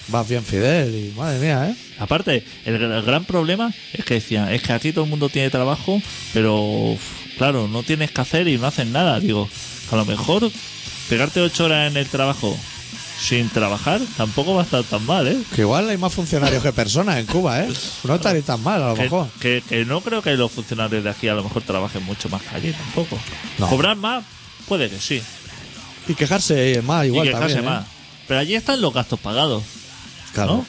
Speaker 1: Vas bien Fidel y madre mía, ¿eh?
Speaker 3: Aparte, el, gr- el gran problema es que decían, es que aquí todo el mundo tiene trabajo, pero uf, claro, no tienes que hacer y no haces nada. Digo, a lo mejor pegarte ocho horas en el trabajo sin trabajar tampoco va a estar tan mal, ¿eh?
Speaker 1: Que igual hay más funcionarios que personas en Cuba, ¿eh? No estaréis tan mal, a lo
Speaker 3: Que,
Speaker 1: mejor.
Speaker 3: que- que no creo que los funcionarios de aquí a lo mejor trabajen mucho más que allí tampoco.
Speaker 1: No.
Speaker 3: Cobrar más, puede que sí,
Speaker 1: Y quejarse más igual
Speaker 3: y quejarse
Speaker 1: también, ¿eh?
Speaker 3: más. Pero allí están los gastos pagados,
Speaker 1: Claro.
Speaker 3: ¿no?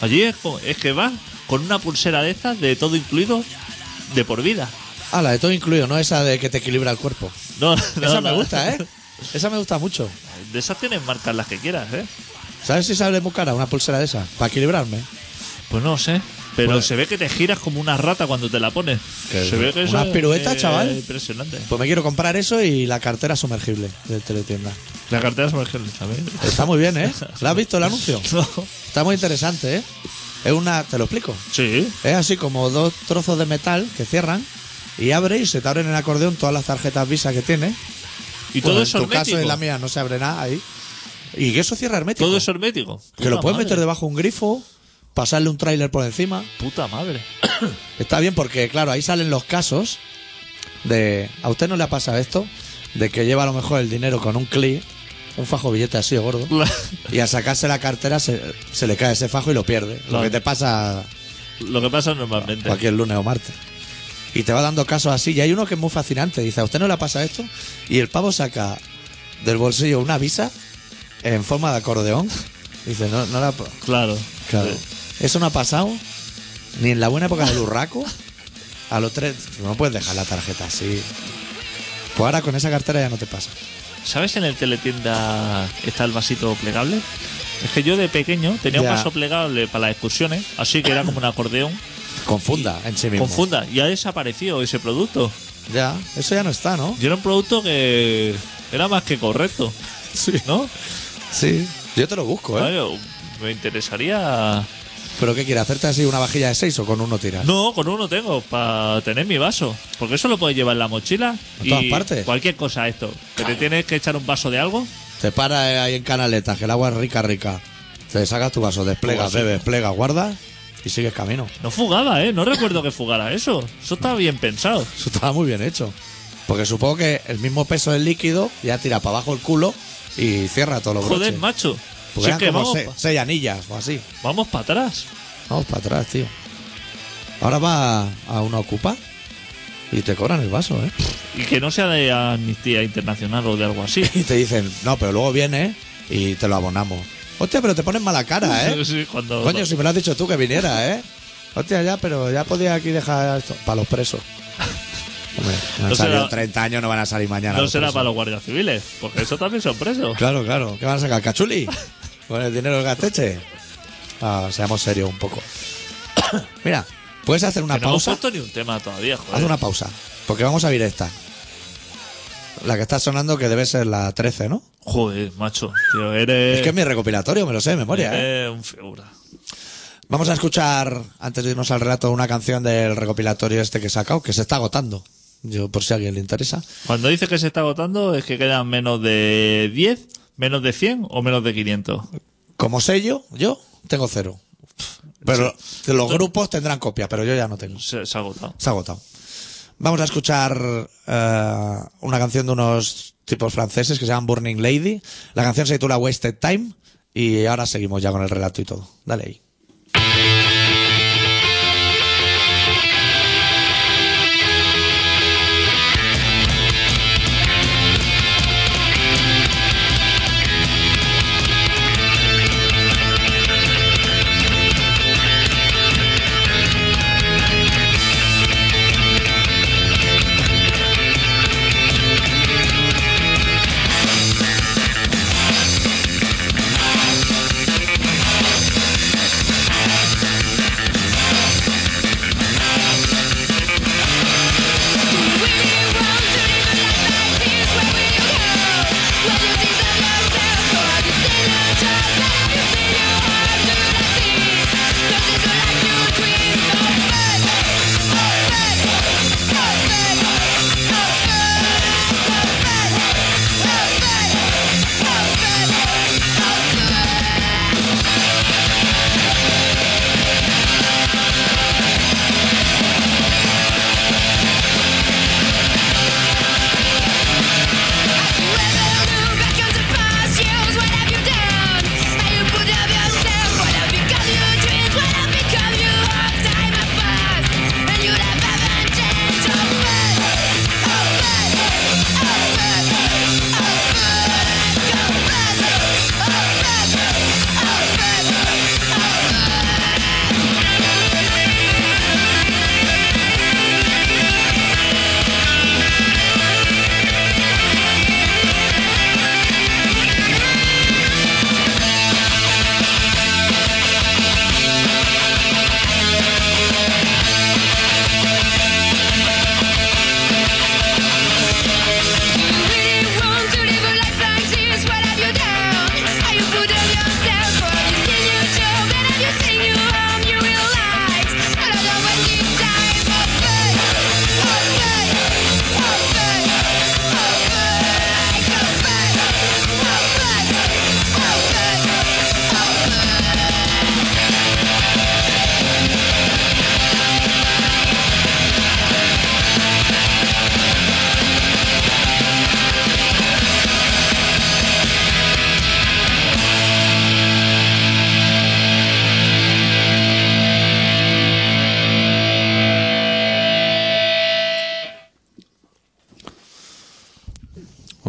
Speaker 3: Allí es, co- es que vas con una pulsera de estas, de todo incluido, de por vida.
Speaker 1: Ah, la de todo incluido, no esa de que te equilibra el cuerpo.
Speaker 3: No, no,
Speaker 1: Esa me
Speaker 3: no.
Speaker 1: gusta, ¿eh? Esa me gusta mucho.
Speaker 3: De esas tienes marcas las que quieras, ¿eh?
Speaker 1: ¿Sabes si sale muy cara una pulsera de esa? Para equilibrarme.
Speaker 3: Pues no sé. Pero
Speaker 1: Pues-
Speaker 3: se ve que te giras como una rata cuando te la pones.
Speaker 1: Que-
Speaker 3: Se ve que eso
Speaker 1: unas
Speaker 3: es-
Speaker 1: piruetas,
Speaker 3: eh,
Speaker 1: chaval.
Speaker 3: Impresionante.
Speaker 1: Pues me quiero comprar eso y la cartera sumergible del teletienda.
Speaker 3: La cartera sumergible, ¿sabes?
Speaker 1: Está muy bien, ¿eh? ¿La has visto el anuncio?
Speaker 3: No.
Speaker 1: Está muy interesante, ¿eh? Es una. Te lo explico.
Speaker 3: Sí.
Speaker 1: Es así como dos trozos de metal que cierran y abre y se te abren en acordeón todas las tarjetas Visa que tiene.
Speaker 3: Y
Speaker 1: Bueno,
Speaker 3: todo es
Speaker 1: En tu
Speaker 3: hermético.
Speaker 1: caso, en la mía no se abre nada ahí. Y que eso cierra hermético.
Speaker 3: todo es hermético.
Speaker 1: Que lo
Speaker 3: Puta
Speaker 1: puedes
Speaker 3: madre,
Speaker 1: meter debajo de un grifo, pasarle un tráiler por encima.
Speaker 3: Puta madre.
Speaker 1: Está bien porque, claro, ahí salen los casos de... ¿A usted no le ha pasado esto? De que lleva a lo mejor el dinero con un clic, un fajo de billete así de gordo, y al sacarse la cartera se, se le cae ese fajo y lo pierde. Lo
Speaker 3: Claro.
Speaker 1: que te pasa
Speaker 3: Lo que pasa normalmente.
Speaker 1: cualquier Pues lunes o martes. Y te va dando casos así. Y hay uno que es muy fascinante. Dice, ¿a usted no le pasa esto? Y el pavo saca del bolsillo una visa en forma de acordeón. Dice, no, no la...
Speaker 3: Claro.
Speaker 1: Claro.
Speaker 3: Sí.
Speaker 1: Eso no ha pasado ni en la buena época del urraco. A los tres. No puedes dejar la tarjeta así. Pues ahora con esa cartera ya no te pasa.
Speaker 3: ¿Sabes en el teletienda que está el vasito plegable? Es que yo de pequeño tenía un
Speaker 1: Ya.
Speaker 3: vaso plegable para las excursiones, así que era como un acordeón.
Speaker 1: Confunda en sí mismo.
Speaker 3: Confunda, ya ha desaparecido ese producto.
Speaker 1: Ya, eso ya no está, ¿no?
Speaker 3: Y era un producto que era más que correcto.
Speaker 1: Sí.
Speaker 3: ¿No?
Speaker 1: Sí. Yo te lo busco, ¿eh?
Speaker 3: Claro, me interesaría.
Speaker 1: Pero ¿qué quiere? ¿Hacerte así una vajilla de seis o con uno tiras?
Speaker 3: No, con uno tengo para tener mi vaso. Porque eso lo puedes llevar en la mochila.
Speaker 1: A
Speaker 3: y
Speaker 1: todas partes.
Speaker 3: Cualquier cosa, esto. Que te tienes que echar un vaso de algo.
Speaker 1: Te para eh, ahí en canaletas, que el agua es rica, rica. Te sacas tu vaso, desplegas,
Speaker 3: Así.
Speaker 1: bebes, plegas, guardas y sigues camino.
Speaker 3: No fugaba, ¿eh? No recuerdo que fugara eso. Eso estaba bien pensado.
Speaker 1: Eso estaba muy bien hecho. Porque supongo que el mismo peso del líquido ya tira para abajo el culo y cierra todos los
Speaker 3: Joder,
Speaker 1: broches.
Speaker 3: macho.
Speaker 1: Porque
Speaker 3: Si es
Speaker 1: eran
Speaker 3: que
Speaker 1: como
Speaker 3: vamos,
Speaker 1: se- seis, anillas o así.
Speaker 3: vamos para atrás.
Speaker 1: Vamos para atrás, tío. Ahora va a una ocupa y te cobran el vaso, ¿eh?
Speaker 3: Y que no sea de amnistía internacional o de algo así.
Speaker 1: Y te dicen, no, pero luego vienes y te lo abonamos. Hostia, pero te pones mala cara, ¿eh?
Speaker 3: Sí, cuando-
Speaker 1: Coño, si me lo has dicho tú que viniera, ¿eh? Hostia, ya, pero ya podía aquí dejar esto. Para los presos. Hombre, no han
Speaker 3: No será-
Speaker 1: salido en 30 años, no van a salir mañana.
Speaker 3: no
Speaker 1: los
Speaker 3: será
Speaker 1: presos.
Speaker 3: para los guardias civiles. Porque eso también son presos.
Speaker 1: Claro, claro. ¿Qué van a sacar? ¿Cachuli? ¿Con el dinero del gasteche? Ah, seamos serios un poco. Mira, ¿puedes hacer una
Speaker 3: Que no hemos
Speaker 1: pausa?
Speaker 3: puesto ¿eh? ni un tema todavía, joder.
Speaker 1: Haz una pausa, porque vamos a ver esta. La que está sonando que debe ser la 13, ¿no?
Speaker 3: Joder, macho. Tío, eres.
Speaker 1: Es que es mi recopilatorio, me lo sé de memoria, ¿eh?
Speaker 3: eres un figura.
Speaker 1: Vamos a escuchar, antes de irnos al relato, una canción del recopilatorio este que he sacado, que se está agotando. Yo, por si a alguien le interesa.
Speaker 3: Cuando dice que se está agotando es que quedan menos de 10, menos de 100 o menos de 500.
Speaker 1: Como sello, yo tengo cero. Pero los grupos tendrán copia, pero yo ya no tengo.
Speaker 3: Se, se ha agotado.
Speaker 1: Se ha agotado. Vamos a escuchar eh, una canción de unos tipos franceses que se llaman Burning Lady. La canción se titula Wasted Time y ahora seguimos ya con el relato y todo. Dale ahí.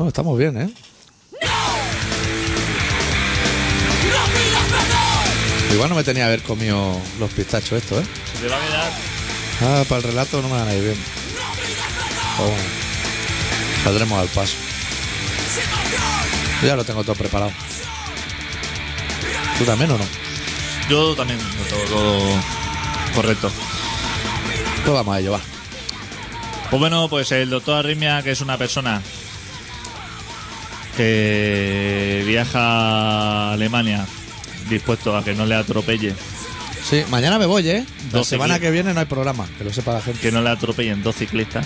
Speaker 1: estamos bien, ¿eh?
Speaker 2: ¡No pidas perdón!
Speaker 1: Igual no me tenía que haber comido los pistachos estos, ¿eh?
Speaker 3: Se te va a quedar.
Speaker 1: Ah, para el relato no me van a ir bien. Pero bueno, saldremos al paso. Yo ya lo tengo todo preparado. ¿Tú también o no?
Speaker 3: Yo también lo tengo todo correcto.
Speaker 1: Pues vamos a ello, va.
Speaker 3: Pues bueno, pues el doctor Arritmia, que es una persona que viaja a Alemania dispuesto a que no le atropelle,
Speaker 1: Sí, mañana me voy, ¿eh? La
Speaker 3: 12.000.
Speaker 1: semana que viene no hay programa, que lo sepa la gente.
Speaker 3: que no le atropellen dos ciclistas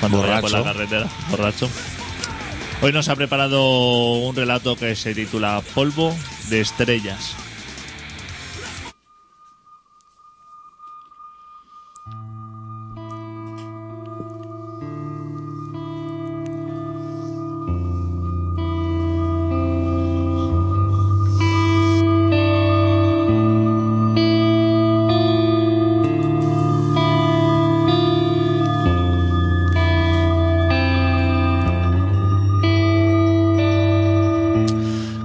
Speaker 3: cuando vaya por la
Speaker 1: Borracho.
Speaker 3: carretera, borracho. Hoy nos ha preparado un relato que se titula Polvo de estrellas.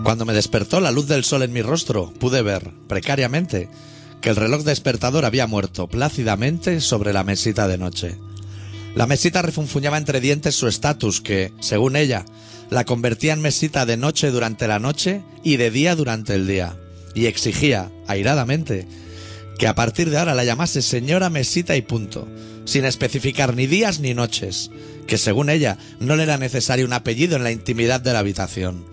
Speaker 1: Cuando me despertó la luz del sol en mi rostro, pude ver, precariamente, que el reloj despertador había muerto plácidamente sobre la mesita de noche. La mesita refunfuñaba entre dientes su estatus que, según ella, la convertía en mesita de noche durante la noche y de día durante el día, y exigía, airadamente, que a partir de ahora la llamase señora mesita y punto, sin especificar ni días ni noches, que según ella no le era necesario un apellido en la intimidad de la habitación,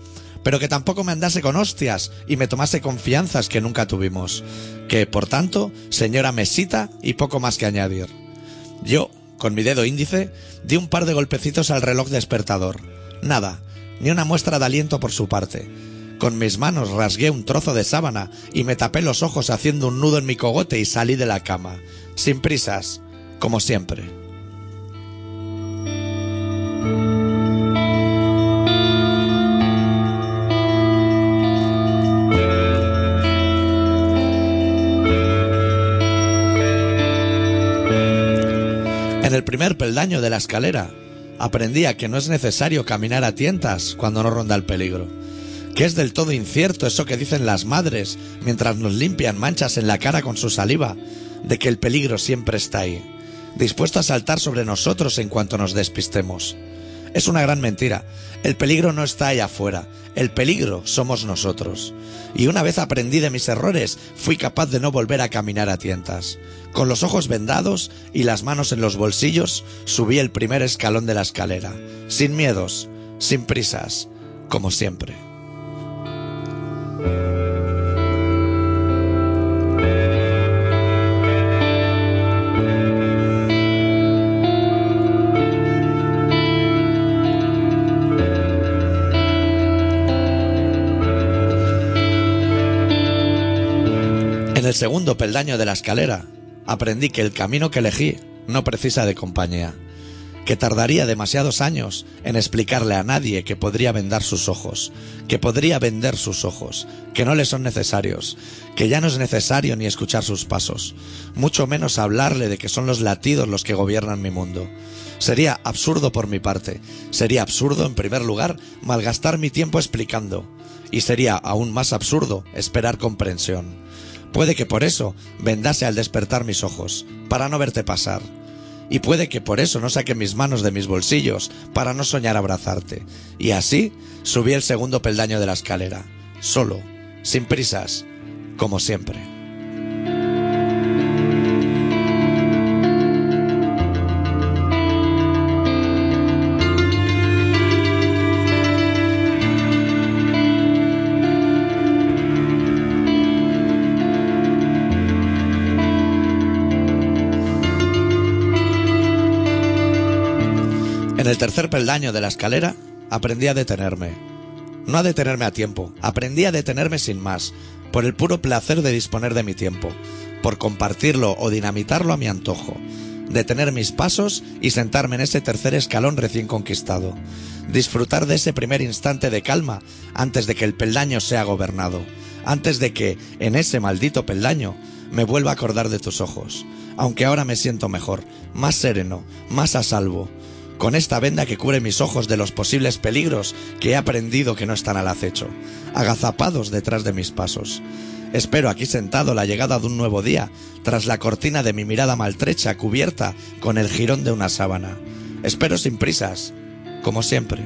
Speaker 1: pero que tampoco me andase con hostias y me tomase confianzas que nunca tuvimos, que por tanto, señora mesita y poco más que añadir. Yo, con mi dedo índice, di un par de golpecitos al reloj despertador. Nada, ni una muestra de aliento por su parte. Con mis manos rasgué un trozo de sábana y me tapé los ojos haciendo un nudo en mi cogote y salí de la cama, sin prisas, como siempre. En el primer peldaño de la escalera aprendí a que no es necesario caminar a tientas cuando no ronda el peligro, que es del todo incierto eso que dicen las madres mientras nos limpian manchas en la cara con su saliva, de que el peligro siempre está ahí, dispuesto a saltar sobre nosotros en cuanto nos despistemos. Es una gran mentira. El peligro no está ahí afuera. El peligro somos nosotros. Y una vez aprendí de mis errores, fui capaz de no volver a caminar a tientas. Con los ojos vendados y las manos en los bolsillos, subí el primer escalón de la escalera. Sin miedos, sin prisas, como siempre. En el segundo peldaño de la escalera, aprendí que el camino que elegí no precisa de compañía, que tardaría demasiados años en explicarle a nadie que podría vendar sus ojos, que podría vender sus ojos, que no le son necesarios, que ya no es necesario ni escuchar sus pasos, mucho menos hablarle de que son los latidos los que gobiernan mi mundo. Sería absurdo por mi parte, sería absurdo en primer lugar malgastar mi tiempo explicando, y sería aún más absurdo esperar comprensión. Puede que por eso vendase al despertar mis ojos, para no verte pasar. Y puede que por eso no saque mis manos de mis bolsillos, para no soñar abrazarte. Y así subí el segundo peldaño de la escalera, solo, sin prisas, como siempre. En el tercer peldaño de la escalera aprendí a detenerme. No a detenerme a tiempo, aprendí a detenerme sin más, por el puro placer de disponer de mi tiempo, por compartirlo o dinamitarlo a mi antojo, detener mis pasos y sentarme en ese tercer escalón recién conquistado, disfrutar de ese primer instante de calma antes de que el peldaño sea gobernado, antes de que, en ese maldito peldaño, me vuelva a acordar de tus ojos, aunque ahora me siento mejor, más sereno, más a salvo. con esta venda que cubre mis ojos de los posibles peligros que he aprendido que no están al acecho, agazapados detrás de mis pasos. Espero aquí sentado la llegada de un nuevo día, tras la cortina de mi mirada maltrecha cubierta con el jirón de una sábana. Espero sin prisas, como siempre.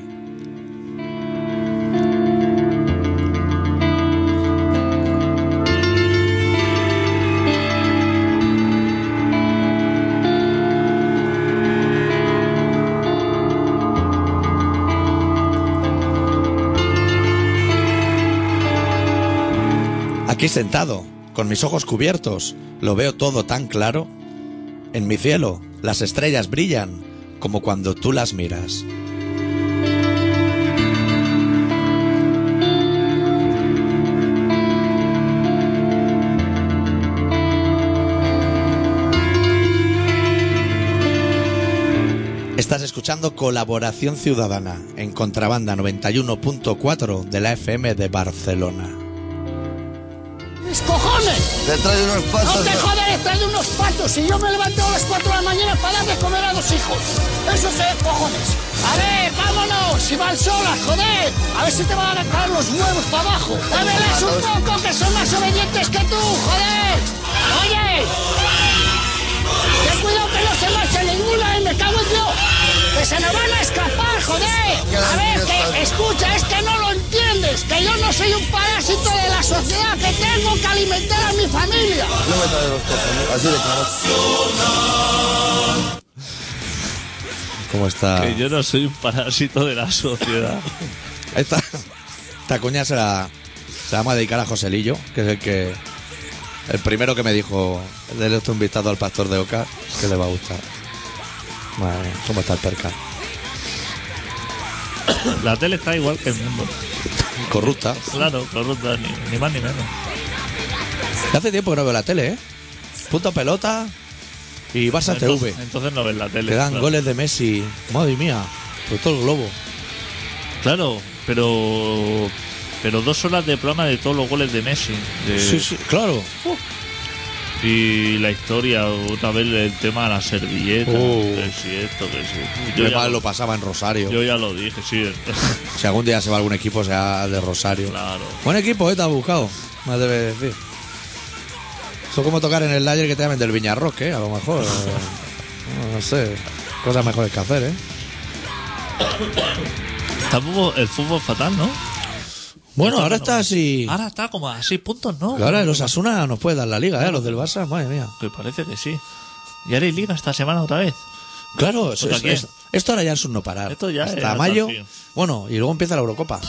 Speaker 1: Aquí sentado, con mis ojos cubiertos, lo veo todo tan claro. En mi cielo, las estrellas brillan como cuando tú las miras. Estás escuchando Colaboración Ciudadana en Contrabanda 91.4 de la FM de Barcelona.
Speaker 5: ¡Mis cojones!
Speaker 6: Detrás de unos
Speaker 5: ¡No
Speaker 6: patos.
Speaker 5: te jodan detrás de unos patos! Si yo me levanto a las 4 de la mañana para dar de comer a los hijos. ¡Eso se es cojones! A ver, vámonos, si van solas, joder. A ver si te van a caer los huevos para abajo. ¡Dámeles un poco que son más obedientes que tú, joder! ¡Oye! ¡Ten cuidado que no se marche ninguna, eh! ¡Me cago en Dios! ¡Que se nos van a escapar, joder! A ver, que escucha, es que no lo entiendes, que yo no soy un parásito de la sociedad, que tengo que alimentar a mi familia.
Speaker 6: No me traes los cojones. Así de claro.
Speaker 1: ¿Cómo está?
Speaker 3: Que yo no soy un parásito de la sociedad.
Speaker 1: Esta, esta cuña se la, se la vamos a dedicar a Joselillo, que es el que. El primero que me dijo, déle usted un vistazo al pastor de Oca, que le va a gustar. Madre mía, ¿cómo está el percal?
Speaker 3: La tele está igual que el mundo.
Speaker 1: Corrupta.
Speaker 3: Claro, corrupta, ni, ni más ni menos.
Speaker 1: Que Hace tiempo que no veo la tele, ¿eh? Punto pelota y Barça TV.
Speaker 3: Entonces, entonces no ves la tele.
Speaker 1: Le dan
Speaker 3: claro.
Speaker 1: goles de Messi. Madre mía, por todo el globo.
Speaker 3: Claro, pero. Pero dos horas de programa de todos los goles de Messi. de-
Speaker 1: Sí, sí, claro.
Speaker 3: Y la historia, otra vez el tema de la servilleta.
Speaker 1: Uh.
Speaker 3: Que si esto, que si.
Speaker 1: Mi
Speaker 3: ya,
Speaker 1: padre lo pasaba en Rosario.
Speaker 3: yo ya lo dije, sí.
Speaker 1: Si algún día se va a algún equipo, sea de Rosario.
Speaker 3: claro.
Speaker 1: Buen equipo, ¿eh? Te has buscado, me has de decir. Eso es como tocar en el layer que te llamen del Viñarroque, ¿eh? A lo mejor. eh, no sé. Cosas mejores que hacer, ¿eh?
Speaker 3: Tampoco el fútbol fatal, ¿no?
Speaker 1: Bueno, ahora está así.
Speaker 3: Ahora está como a seis puntos, ¿no?
Speaker 1: Que Ahora los Asuna nos puede dar la liga, ¿eh? Los del Barça, madre mía.
Speaker 3: Que parece que sí. Y ahora hay liga esta semana otra vez.
Speaker 1: Claro, es-
Speaker 3: ¿Contra
Speaker 1: es-
Speaker 3: quién?
Speaker 1: es- esto ahora ya es un no parar.
Speaker 3: Esto ya es
Speaker 1: Hasta
Speaker 3: hasta
Speaker 1: mayo.
Speaker 3: el fin.
Speaker 1: Bueno, y luego empieza la Eurocopa.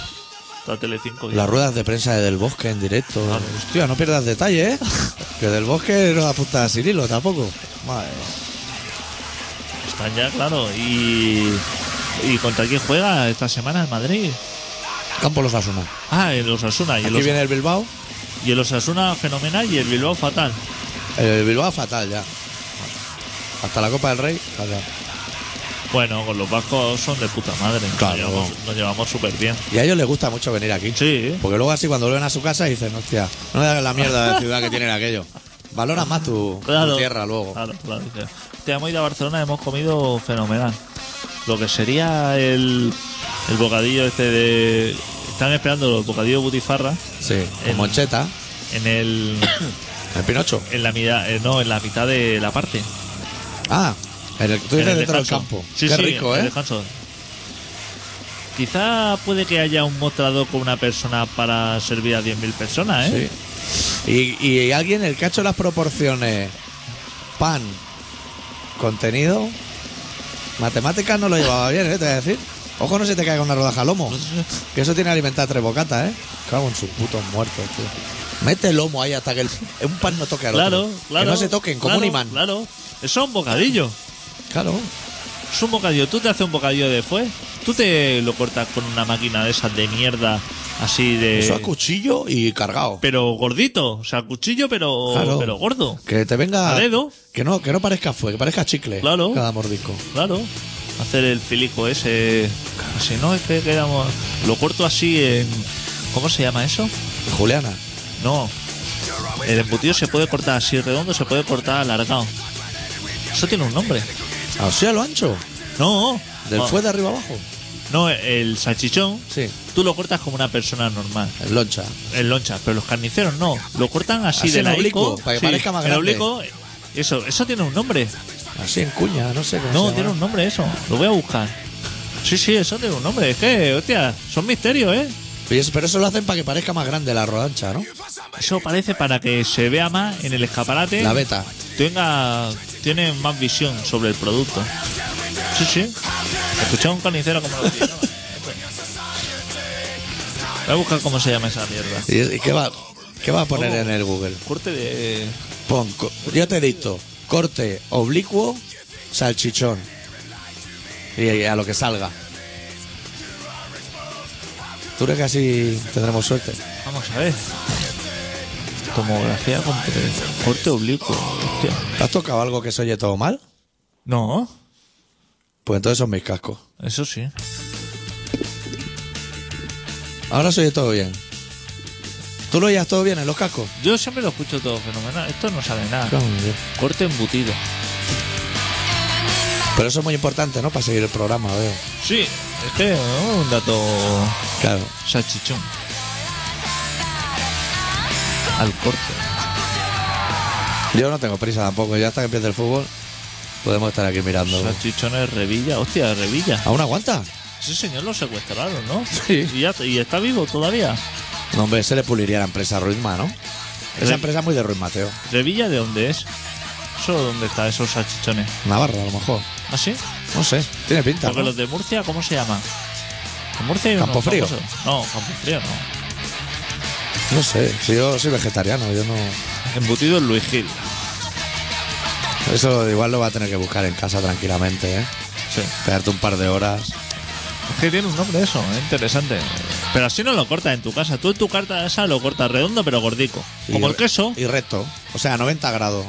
Speaker 3: Está Telecinco. ya.
Speaker 1: Las ruedas de prensa de Del Bosque en directo. Hostia, no pierdas detalle, ¿eh? que Del Bosque no apunta a Cirilo tampoco. Madre.
Speaker 3: Están ya, claro. Y. ¿Y contra quién juega esta semana en Madrid?
Speaker 1: Campo los Asuna.
Speaker 3: Ah, el Osasuna. Y
Speaker 1: Aquí
Speaker 3: el, Os-
Speaker 1: viene el Bilbao.
Speaker 3: y el Osasuna fenomenal y el Bilbao fatal.
Speaker 1: El Bilbao fatal ya. Hasta la Copa del Rey, fatal.
Speaker 3: Bueno, con los vascos son de puta madre.
Speaker 1: Claro.
Speaker 3: Nos llevamos- Nos llevamos súper bien.
Speaker 1: Y a ellos les gusta mucho venir aquí.
Speaker 3: Sí.
Speaker 1: Porque luego así cuando vuelven a su casa dicen, hostia, no me hagas la mierda de ciudad que tienen aquello. Valoras más tu, tu
Speaker 3: Claro. Ah,
Speaker 1: tierra luego.
Speaker 3: Claro, claro. dice, Te hemos ido a Barcelona, hemos comido fenomenal. Lo que sería el, el bocadillo este de. Están esperando los bocadillos de butifarra
Speaker 1: Sí. Con
Speaker 3: El-
Speaker 1: Moncheta,
Speaker 3: en el.
Speaker 1: el Pinocho.
Speaker 3: En la mitad, eh, no, en la mitad de la parte.
Speaker 1: Ah, en el, tú
Speaker 3: en
Speaker 1: dices
Speaker 3: el
Speaker 1: dentro del
Speaker 3: descanso.
Speaker 1: campo.
Speaker 3: Sí,
Speaker 1: Qué
Speaker 3: sí,
Speaker 1: rico,
Speaker 3: en el
Speaker 1: ¿eh?
Speaker 3: descanso. Quizá puede que haya un mostrador con una persona para servir a 10.000 personas, ¿eh?
Speaker 1: Sí. Y, y alguien, el cacho las proporciones. Pan, contenido. Matemáticas no lo llevaba bien, ¿eh? Te voy a decir. Ojo, no se te caiga una rodaja al lomo. Que eso tiene que alimentar tres bocatas, ¿eh? Cago en sus putos muertos, tío. Mete el lomo ahí hasta que el- un pan no toque al
Speaker 3: Claro,
Speaker 1: otro.
Speaker 3: claro.
Speaker 1: Que no se toquen, como
Speaker 3: claro,
Speaker 1: un imán.
Speaker 3: Claro. Eh, Eso es un bocadillo.
Speaker 1: Claro.
Speaker 3: Es un bocadillo. Tú te haces un bocadillo de fue. Tú te lo cortas con una máquina de esas de mierda. Así de.
Speaker 1: Eso a cuchillo y cargado.
Speaker 3: pero gordito. O sea, cuchillo, pero,
Speaker 1: Claro.
Speaker 3: pero gordo.
Speaker 1: Que te venga.
Speaker 3: A dedo.
Speaker 1: Que no, que no parezca fue, que parezca chicle.
Speaker 3: Claro.
Speaker 1: Cada mordisco.
Speaker 3: Claro. Hacer el filico ese. Así, no, es que quedamos. Lo corto así en. ¿Cómo se llama eso?
Speaker 1: Juliana.
Speaker 3: No. El embutido se puede cortar así redondo, se puede cortar alargado. Eso tiene un nombre.
Speaker 1: Así a lo ancho.
Speaker 3: No,
Speaker 1: Del
Speaker 3: Ah.
Speaker 1: fue de arriba abajo.
Speaker 3: No, el salchichón,
Speaker 1: Sí.
Speaker 3: tú lo cortas como una persona normal.
Speaker 1: El loncha.
Speaker 3: En lonchas, pero los carniceros no. Lo cortan así,
Speaker 1: Así
Speaker 3: de
Speaker 1: en
Speaker 3: laico.
Speaker 1: oblicuo, para que
Speaker 3: Sí,
Speaker 1: parezca más
Speaker 3: en
Speaker 1: grande.
Speaker 3: oblicuo. Eso, eso tiene un nombre.
Speaker 1: Así en cuña, no sé cómo
Speaker 3: No,
Speaker 1: se
Speaker 3: tiene
Speaker 1: llama.
Speaker 3: un nombre eso. Lo voy a buscar. Sí, sí, eso tiene un nombre. Es que, hostia, son misterios, ¿eh?
Speaker 1: Y eso- Pero eso lo hacen para que parezca más grande la rodancha, ¿no?
Speaker 3: Eso parece para que se vea más en el escaparate.
Speaker 1: La beta.
Speaker 3: Tenga, tiene más visión sobre el producto. Sí, sí. Escuché a un carnicero como lo decía. Voy a buscar cómo se llama esa mierda.
Speaker 1: ¿Y, y qué, va, qué va a poner en el Google?
Speaker 3: Corte de.
Speaker 1: Pon, co- yo te dicto, corte oblicuo, salchichón. Y, y a lo que salga. Tú crees que así tendremos suerte.
Speaker 3: Vamos a ver. Tomografía con pre- corte oblicuo. Hostia.
Speaker 1: ¿Te has tocado algo que se oye todo mal?
Speaker 3: No,
Speaker 1: Pues entonces son mis cascos.
Speaker 3: eso sí.
Speaker 1: Ahora se oye todo bien. ¿Tú lo oías todo bien en los cascos?
Speaker 3: Yo siempre lo escucho todo fenomenal. Esto no sabe nada.
Speaker 1: Claro, bien.
Speaker 3: Corte embutido.
Speaker 1: Pero eso es muy importante, ¿no? Para seguir el programa, veo.
Speaker 3: Sí, es que ¿no? un dato
Speaker 1: Claro.
Speaker 3: salchichón. Al corte.
Speaker 1: Yo no tengo prisa tampoco. Ya hasta que empiece el fútbol, podemos estar aquí mirando.
Speaker 3: Salchichones Revilla. Hostia, Revilla.
Speaker 1: ¿Aún aguanta?
Speaker 3: Ese señor lo secuestraron, ¿no?
Speaker 1: Sí.
Speaker 3: Y, ya- y está vivo todavía.
Speaker 1: No, hombre, se le puliría la empresa a Ruizma, ¿no?
Speaker 3: Sí.
Speaker 1: Esa empresa es muy de Ruiz Mateo.
Speaker 3: ¿Revilla de dónde es? ¿Eso dónde está, esos salchichones?
Speaker 1: Navarra, a lo mejor.
Speaker 3: ¿Ah, sí?
Speaker 1: No sé. Tiene pinta.
Speaker 3: Porque
Speaker 1: ¿no?
Speaker 3: los de Murcia, ¿cómo se llaman? ¿En Murcia hay unos
Speaker 1: Campofrío.
Speaker 3: famosos? No, Campofrío no.
Speaker 1: No sé. Si yo soy vegetariano, yo no.
Speaker 3: Embutido en Luis Gil.
Speaker 1: Eso igual lo va a tener que buscar en casa tranquilamente, ¿eh?
Speaker 3: Sí.
Speaker 1: Pegarte un par de horas.
Speaker 3: Es que tiene un nombre eso, es interesante. Pero así no lo cortas en tu casa. Tú en tu carta esa lo cortas redondo pero gordico. Como
Speaker 1: Y-
Speaker 3: el queso.
Speaker 1: Y recto. O sea, 90 grados.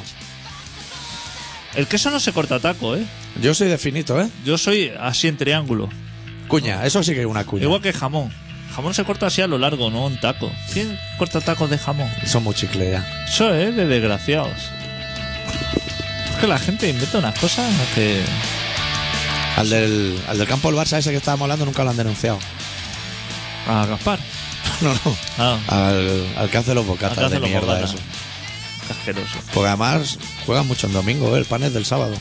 Speaker 3: El queso no se corta taco, ¿eh?
Speaker 1: Yo soy de finito, ¿eh?
Speaker 3: Yo soy así en triángulo.
Speaker 1: Cuña. Eso sí que es una cuña.
Speaker 3: Igual que el jamón. Jamón se corta así a lo largo, no en taco. ¿Quién corta tacos de jamón?
Speaker 1: Son muy chicle ya.
Speaker 3: Eso es de desgraciados. Es que la gente inventa unas cosas que...
Speaker 1: Al del, al del campo del Barça ese que estábamos hablando nunca lo han denunciado.
Speaker 3: A Gaspar.
Speaker 1: No, no.
Speaker 3: Ah,
Speaker 1: Al, al que hace los bocatas
Speaker 3: Al que hace
Speaker 1: de
Speaker 3: los
Speaker 1: mierda
Speaker 3: bocatas.
Speaker 1: eso.
Speaker 3: qué asqueroso.
Speaker 1: Porque además juegan mucho en domingo, ¿eh? el pan es del sábado.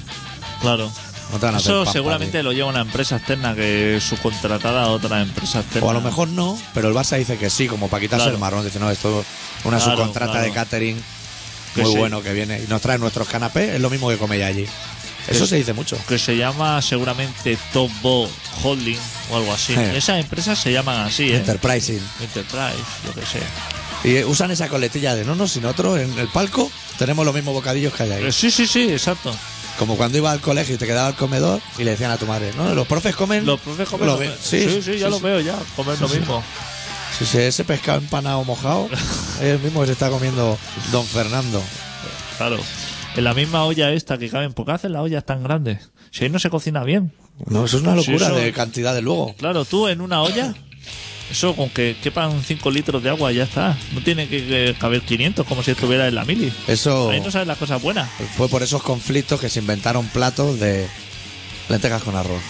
Speaker 3: Claro.
Speaker 1: No te van a hacer
Speaker 3: Eso
Speaker 1: pan,
Speaker 3: seguramente lo lleva una empresa externa que subcontratada a otra empresa
Speaker 1: papi.
Speaker 3: externa.
Speaker 1: O a lo mejor no, pero el Barça dice que sí, como para quitarse
Speaker 3: Claro.
Speaker 1: el marrón. Dice, no, esto una
Speaker 3: Claro,
Speaker 1: subcontrata
Speaker 3: claro.
Speaker 1: de catering
Speaker 3: Que
Speaker 1: muy
Speaker 3: sí.
Speaker 1: bueno que viene. Y nos trae nuestros canapés, es lo mismo que comer allí. Eso
Speaker 3: Que-
Speaker 1: se dice mucho.
Speaker 3: que se llama seguramente Top Bo Holding o algo así.
Speaker 1: Sí.
Speaker 3: Esas empresas se llaman así, ¿eh?
Speaker 1: Enterprising.
Speaker 3: Enterprise, yo que sé.
Speaker 1: Y eh, usan esa coletilla de no, no, sin otro, en el palco tenemos los mismos bocadillos que hay ahí.
Speaker 3: Eh, Sí, sí, sí, exacto.
Speaker 1: Como cuando iba al colegio y te quedaba al comedor y le decían a tu madre, no, los profes comen.
Speaker 3: Los profes comen
Speaker 1: lo
Speaker 3: lo
Speaker 1: mi-
Speaker 3: mismo.
Speaker 1: Sí,
Speaker 3: sí, ya lo veo, ya. Comen lo mismo.
Speaker 1: Si se- ese pescado empanado mojado es el mismo que se está comiendo Don Fernando.
Speaker 3: Claro. En la misma olla esta que caben, porque hacen las ollas tan grandes. Si ahí no se cocina bien.
Speaker 1: No, eso es una
Speaker 3: Sí,
Speaker 1: locura
Speaker 3: eso-
Speaker 1: de cantidad de luego.
Speaker 3: Claro, tú en una olla, eso con que quepan 5 litros de agua ya está. No tiene que, que caber 500 como si estuviera en la mili.
Speaker 1: Eso
Speaker 3: Ahí no sabes las cosas buenas.
Speaker 1: fue por esos conflictos que se inventaron platos de lentejas con arroz.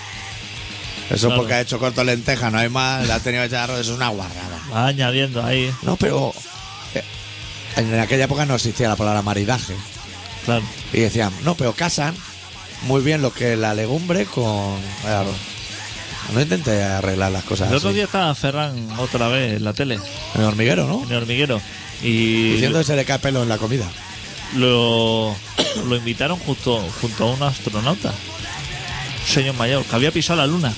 Speaker 1: Eso
Speaker 3: Claro.
Speaker 1: porque ha hecho corto lenteja, no hay más, la ha tenido hecha de arroz, eso es una guarrada.
Speaker 3: Va añadiendo ahí,
Speaker 1: No, pero eh, en aquella época no existía la palabra maridaje.
Speaker 3: claro.
Speaker 1: Y decían, no, pero casan muy bien lo que es la legumbre con el arroz. No intenté arreglar las cosas.
Speaker 3: El otro
Speaker 1: así.
Speaker 3: día estaba Ferran otra vez en la tele,
Speaker 1: En el hormiguero, ¿no?
Speaker 3: en el hormiguero. Y
Speaker 1: Diciendo que se le cae pelo en la comida.
Speaker 3: lo, lo invitaron justo, junto a un astronauta, un señor mayor, que había pisado la luna.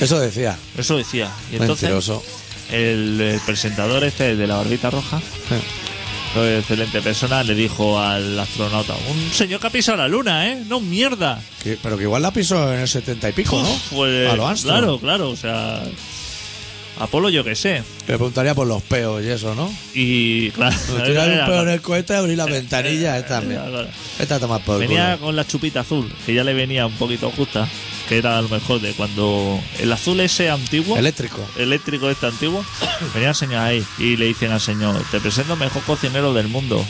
Speaker 1: Eso decía.
Speaker 3: Eso decía. Y entonces
Speaker 1: Mentiroso.
Speaker 3: el, el presentador este, el de la barbita roja, eh, excelente persona, le dijo al astronauta, un señor que ha pisado la luna, ¿eh? No mierda.
Speaker 1: Que- pero que igual la pisó en el setenta y pico, ¿no?
Speaker 3: Uf, pues,
Speaker 1: a lo Armstrong.
Speaker 3: claro, claro, o sea... Apolo yo que sé.
Speaker 1: Que Le preguntaría por los peos y eso, ¿no?
Speaker 3: Y claro...
Speaker 1: Tirar Pues un
Speaker 3: era-
Speaker 1: peo en el cohete, abrir la ventanilla, esta mierda.
Speaker 3: era-
Speaker 1: Esta toma por
Speaker 3: Venía
Speaker 1: culo.
Speaker 3: con la chupita azul, que ya le venía un poquito justa, que era a lo mejor de cuando el azul ese antiguo,
Speaker 1: Eléctrico.
Speaker 3: eléctrico este antiguo, venía el señor ahí y le dicen al señor, te presento al mejor cocinero del mundo.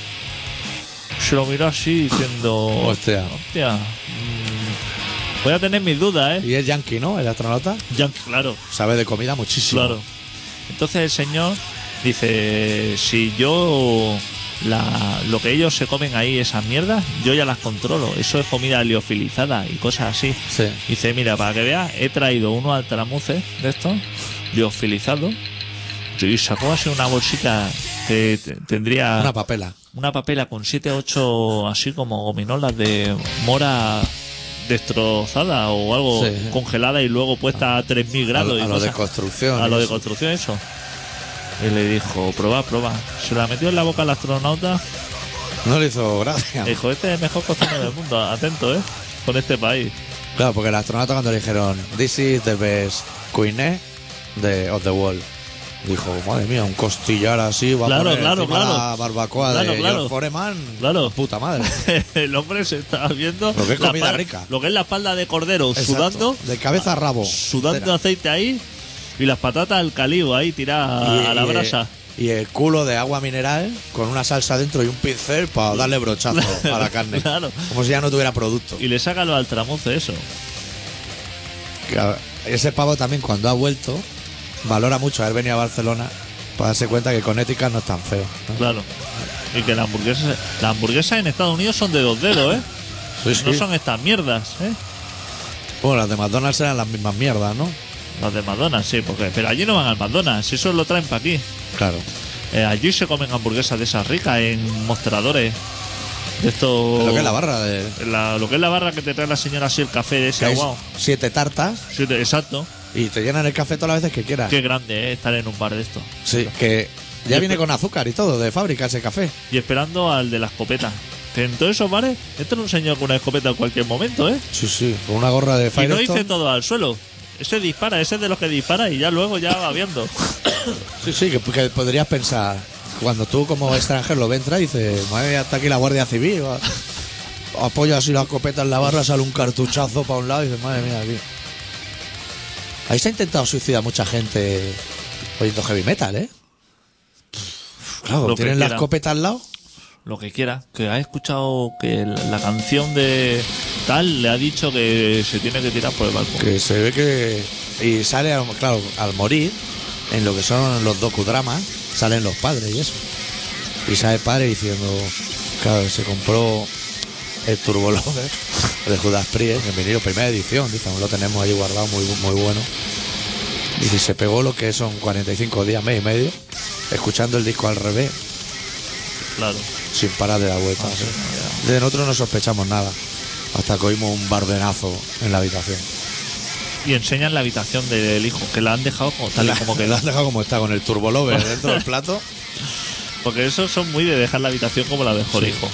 Speaker 3: Se lo miró así diciendo,
Speaker 1: Hostia.
Speaker 3: hostia, mm, Voy a tener mis dudas, ¿eh?
Speaker 1: Y es yankee, ¿no? El astronauta
Speaker 3: Ya, claro,
Speaker 1: sabe de comida muchísimo.
Speaker 3: claro. Entonces el señor dice, si yo la- lo que ellos se comen ahí, esas mierdas, yo ya las controlo. Eso es comida liofilizada y cosas así.
Speaker 1: Sí.
Speaker 3: Dice, mira, para que veas, he traído unos altramuces de estos, liofilizados. Y sacó así una bolsita que te- tendría
Speaker 1: Una papela.
Speaker 3: una papela con 7 8 así como gominolas de mora destrozada o algo
Speaker 1: Sí, sí.
Speaker 3: congelada y luego puesta a 3000
Speaker 1: A,
Speaker 3: grados y
Speaker 1: a lo de
Speaker 3: cosas.
Speaker 1: construcción.
Speaker 3: a Ah, lo de
Speaker 1: eso.
Speaker 3: construcción eso y le dijo proba proba se la metió en la boca al astronauta
Speaker 1: No le hizo gracia.
Speaker 3: y dijo este es el mejor cocinero del mundo atento eh con este país
Speaker 1: Claro, porque el astronauta cuando le dijeron This is the best queen eh, de of the world Dijo, madre mía, un costillar así va
Speaker 3: Claro,
Speaker 1: a poner
Speaker 3: claro,
Speaker 1: encima
Speaker 3: claro.
Speaker 1: la barbacoa de
Speaker 3: Claro, claro.
Speaker 1: George Foreman
Speaker 3: Claro.
Speaker 1: Puta madre
Speaker 3: el hombre se estaba viendo
Speaker 1: Lo que es
Speaker 3: la
Speaker 1: comida
Speaker 3: par-
Speaker 1: rica.
Speaker 3: lo que es la espalda de cordero
Speaker 1: Exacto.
Speaker 3: sudando
Speaker 1: De cabeza a rabo
Speaker 3: sudando
Speaker 1: Entera.
Speaker 3: aceite ahí y las patatas al calivo ahí tiradas
Speaker 1: Y-
Speaker 3: a la
Speaker 1: y, eh,
Speaker 3: brasa
Speaker 1: Y el culo de agua mineral con una salsa dentro y un pincel para darle brochazo a la carne.
Speaker 3: Claro.
Speaker 1: Como si ya no tuviera producto.
Speaker 3: y le saca los altramuces eso
Speaker 1: Que, a ver, Ese pavo también cuando ha vuelto valora mucho haber venido a Barcelona para darse cuenta que Connecticut no es tan feo. ¿no?
Speaker 3: Claro. Y que las hamburguesas, las hamburguesas en Estados Unidos son de dos dedos, ¿eh?
Speaker 1: Sí, sí.
Speaker 3: No son estas mierdas, ¿eh?
Speaker 1: Bueno, las de McDonald's eran las mismas mierdas, ¿no?
Speaker 3: Las de McDonald's, sí, porque pero allí no van al McDonald's, eso lo traen para aquí.
Speaker 1: Claro.
Speaker 3: Eh, allí se comen hamburguesas de esas ricas en mostradores. De esto
Speaker 1: Lo que es la barra de.
Speaker 3: lo que es la barra que te trae la señora así el café de
Speaker 1: que
Speaker 3: ese
Speaker 1: hay
Speaker 3: guau.
Speaker 1: siete tartas
Speaker 3: Sí, te- exacto.
Speaker 1: y te llenan el café todas las veces que quieras.
Speaker 3: Qué grande es estar en un bar de esto.
Speaker 1: Sí, que ya viene con azúcar y todo, de fábrica ese café.
Speaker 3: Y esperando al de la escopeta. Que en todos esos bares entra un señor con una escopeta en cualquier momento, ¿eh?
Speaker 1: Sí, sí, con una gorra de
Speaker 3: Y no
Speaker 1: Firestone.
Speaker 3: dice todo al suelo. Ese dispara, ese es de los que dispara y ya luego ya va viendo.
Speaker 1: Sí, sí, que, que podrías pensar. Cuando tú como extranjero lo ves entrar, dices, madre mía, está aquí la Guardia Civil. va". Apoya así la escopeta en la barra, sale un cartuchazo para un lado y dices, madre mía, aquí. Ahí se ha intentado suicidar mucha gente oyendo heavy metal, ¿eh? Claro,
Speaker 3: Lo que
Speaker 1: tienen la
Speaker 3: quieran.
Speaker 1: escopeta al lado.
Speaker 3: Lo que quiera, que ha escuchado que la, la canción de tal le ha dicho que se tiene que tirar por el balcón.
Speaker 1: Que se ve que. Y sale, al- claro, al morir, en lo que son los docudramas, salen los padres y eso. Y sale el padre diciendo, claro, se compró el Turbo Lover de Judas Priest en vinilo, primera edición, dice, aún lo tenemos ahí guardado, muy, bu- muy bueno. Dice, se pegó lo que son 45 días, mes y medio, escuchando el disco al revés,
Speaker 3: Claro.
Speaker 1: sin parar de la
Speaker 3: Ah,
Speaker 1: vuelta. así. De nosotros no sospechamos nada, hasta que oímos un bardenazo en la habitación.
Speaker 3: Y enseñan la habitación del hijo, que la han dejado como tal y
Speaker 1: La-
Speaker 3: como
Speaker 1: la
Speaker 3: queda.
Speaker 1: has dejado como está, con el turbo lover dentro del plato.
Speaker 3: Porque esos son muy de dejar la habitación como la dejó el hijo.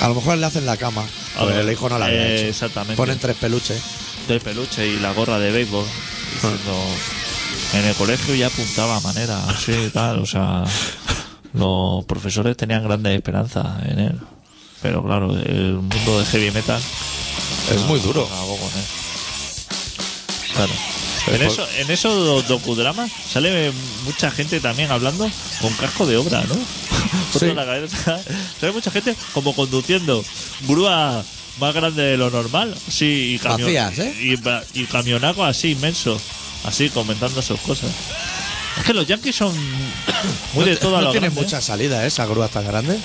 Speaker 1: A lo mejor le hacen la cama.
Speaker 3: A
Speaker 1: Porque
Speaker 3: ver,
Speaker 1: el hijo no la había
Speaker 3: eh,
Speaker 1: hecho.
Speaker 3: exactamente.
Speaker 1: Ponen tres peluches.
Speaker 3: De peluche y la gorra de béisbol. diciendo, en el colegio ya apuntaba manera, así y tal. O sea, los profesores tenían grandes esperanzas en él. Pero claro, el mundo de heavy metal Ah,
Speaker 1: Es muy duro.
Speaker 3: acabó con él. Claro.
Speaker 1: Pero
Speaker 3: En,
Speaker 1: por-
Speaker 3: ah, eso, en esos docudramas sale mucha gente también hablando con casco de obra, ¿no? Puesto en la cabeza. Sale mucha gente como conduciendo grúa más grande de lo normal. Sí, y camión.
Speaker 1: Vacías, ¿eh?
Speaker 3: Y, va- y camionaco así inmenso. Así comentando sus cosas. Es que los yankees son muy de todo
Speaker 1: Pues, no
Speaker 3: a lo
Speaker 1: tiene
Speaker 3: grande, ¿eh?
Speaker 1: mucha salida ¿eh? esa grúa tan grande.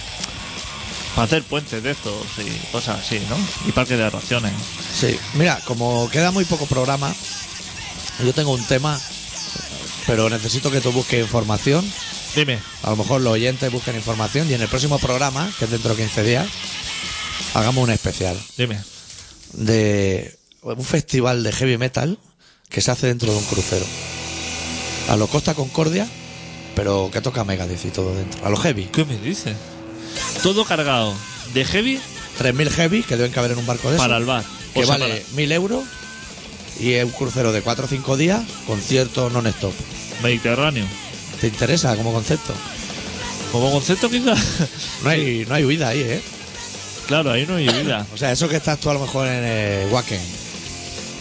Speaker 3: Para hacer puentes de estos y cosas así, ¿no? Y parques de raciones.
Speaker 1: Sí. Mira, como queda muy poco programa, yo tengo un tema, pero necesito que tú busques información.
Speaker 3: Dime.
Speaker 1: A lo mejor los oyentes busquen información y en el próximo programa, que es dentro de 15 días, hagamos un especial.
Speaker 3: Dime.
Speaker 1: de un festival de heavy metal que se hace dentro de un crucero. A lo Costa Concordia, pero que toca Megadeth y todo dentro. A lo heavy.
Speaker 3: ¿Qué me dices? Todo cargado de heavy
Speaker 1: 3.000 heavy que deben caber en un barco de
Speaker 3: para el
Speaker 1: esos,
Speaker 3: bar.
Speaker 1: Que
Speaker 3: O sea,
Speaker 1: vale 1.000 euros y es un crucero de 4 o 5 días, concierto non-stop.
Speaker 3: para Mediterráneo.
Speaker 1: ¿Te interesa como concepto?
Speaker 3: Como concepto quizás.
Speaker 1: No hay, no hay huida ahí, ¿eh?
Speaker 3: claro, ahí no hay vida.
Speaker 1: O sea, eso que estás tú a lo mejor en el Wacken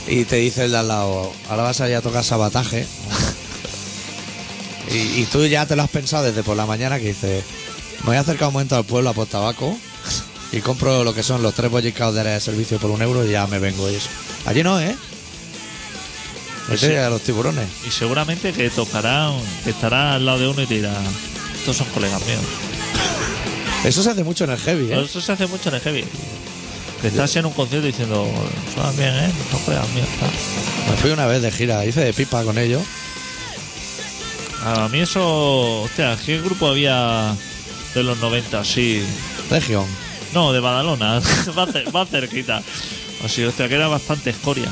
Speaker 1: y te dice el de al lado, ahora vas a ir a tocar sabotaje. y, y tú ya te lo has pensado desde por la mañana que dices, me voy a acercar un momento al pueblo a por tabaco y compro lo que son los tres bollicaos de servicio por un euro y ya me vengo y eso. Allí no, ¿eh?
Speaker 3: Pues
Speaker 1: Vete
Speaker 3: sí.
Speaker 1: a los tiburones.
Speaker 3: Y seguramente que tocará, que estará al lado de uno y te dirá, estos son colegas míos.
Speaker 1: Eso se hace mucho en el heavy,
Speaker 3: Pero
Speaker 1: ¿eh?
Speaker 3: Eso se hace mucho en el heavy. Que estás en un concierto diciendo, suenan bien, ¿eh? Son colegas míos. tal".
Speaker 1: Me fui una vez de gira, hice de pipa con ellos.
Speaker 3: A mí eso, hostia, ¿qué grupo había de los 90? Sí.
Speaker 1: Legion.
Speaker 3: No, de Badalona, va, cer- va cerquita. Así, hostia, que era bastante escoria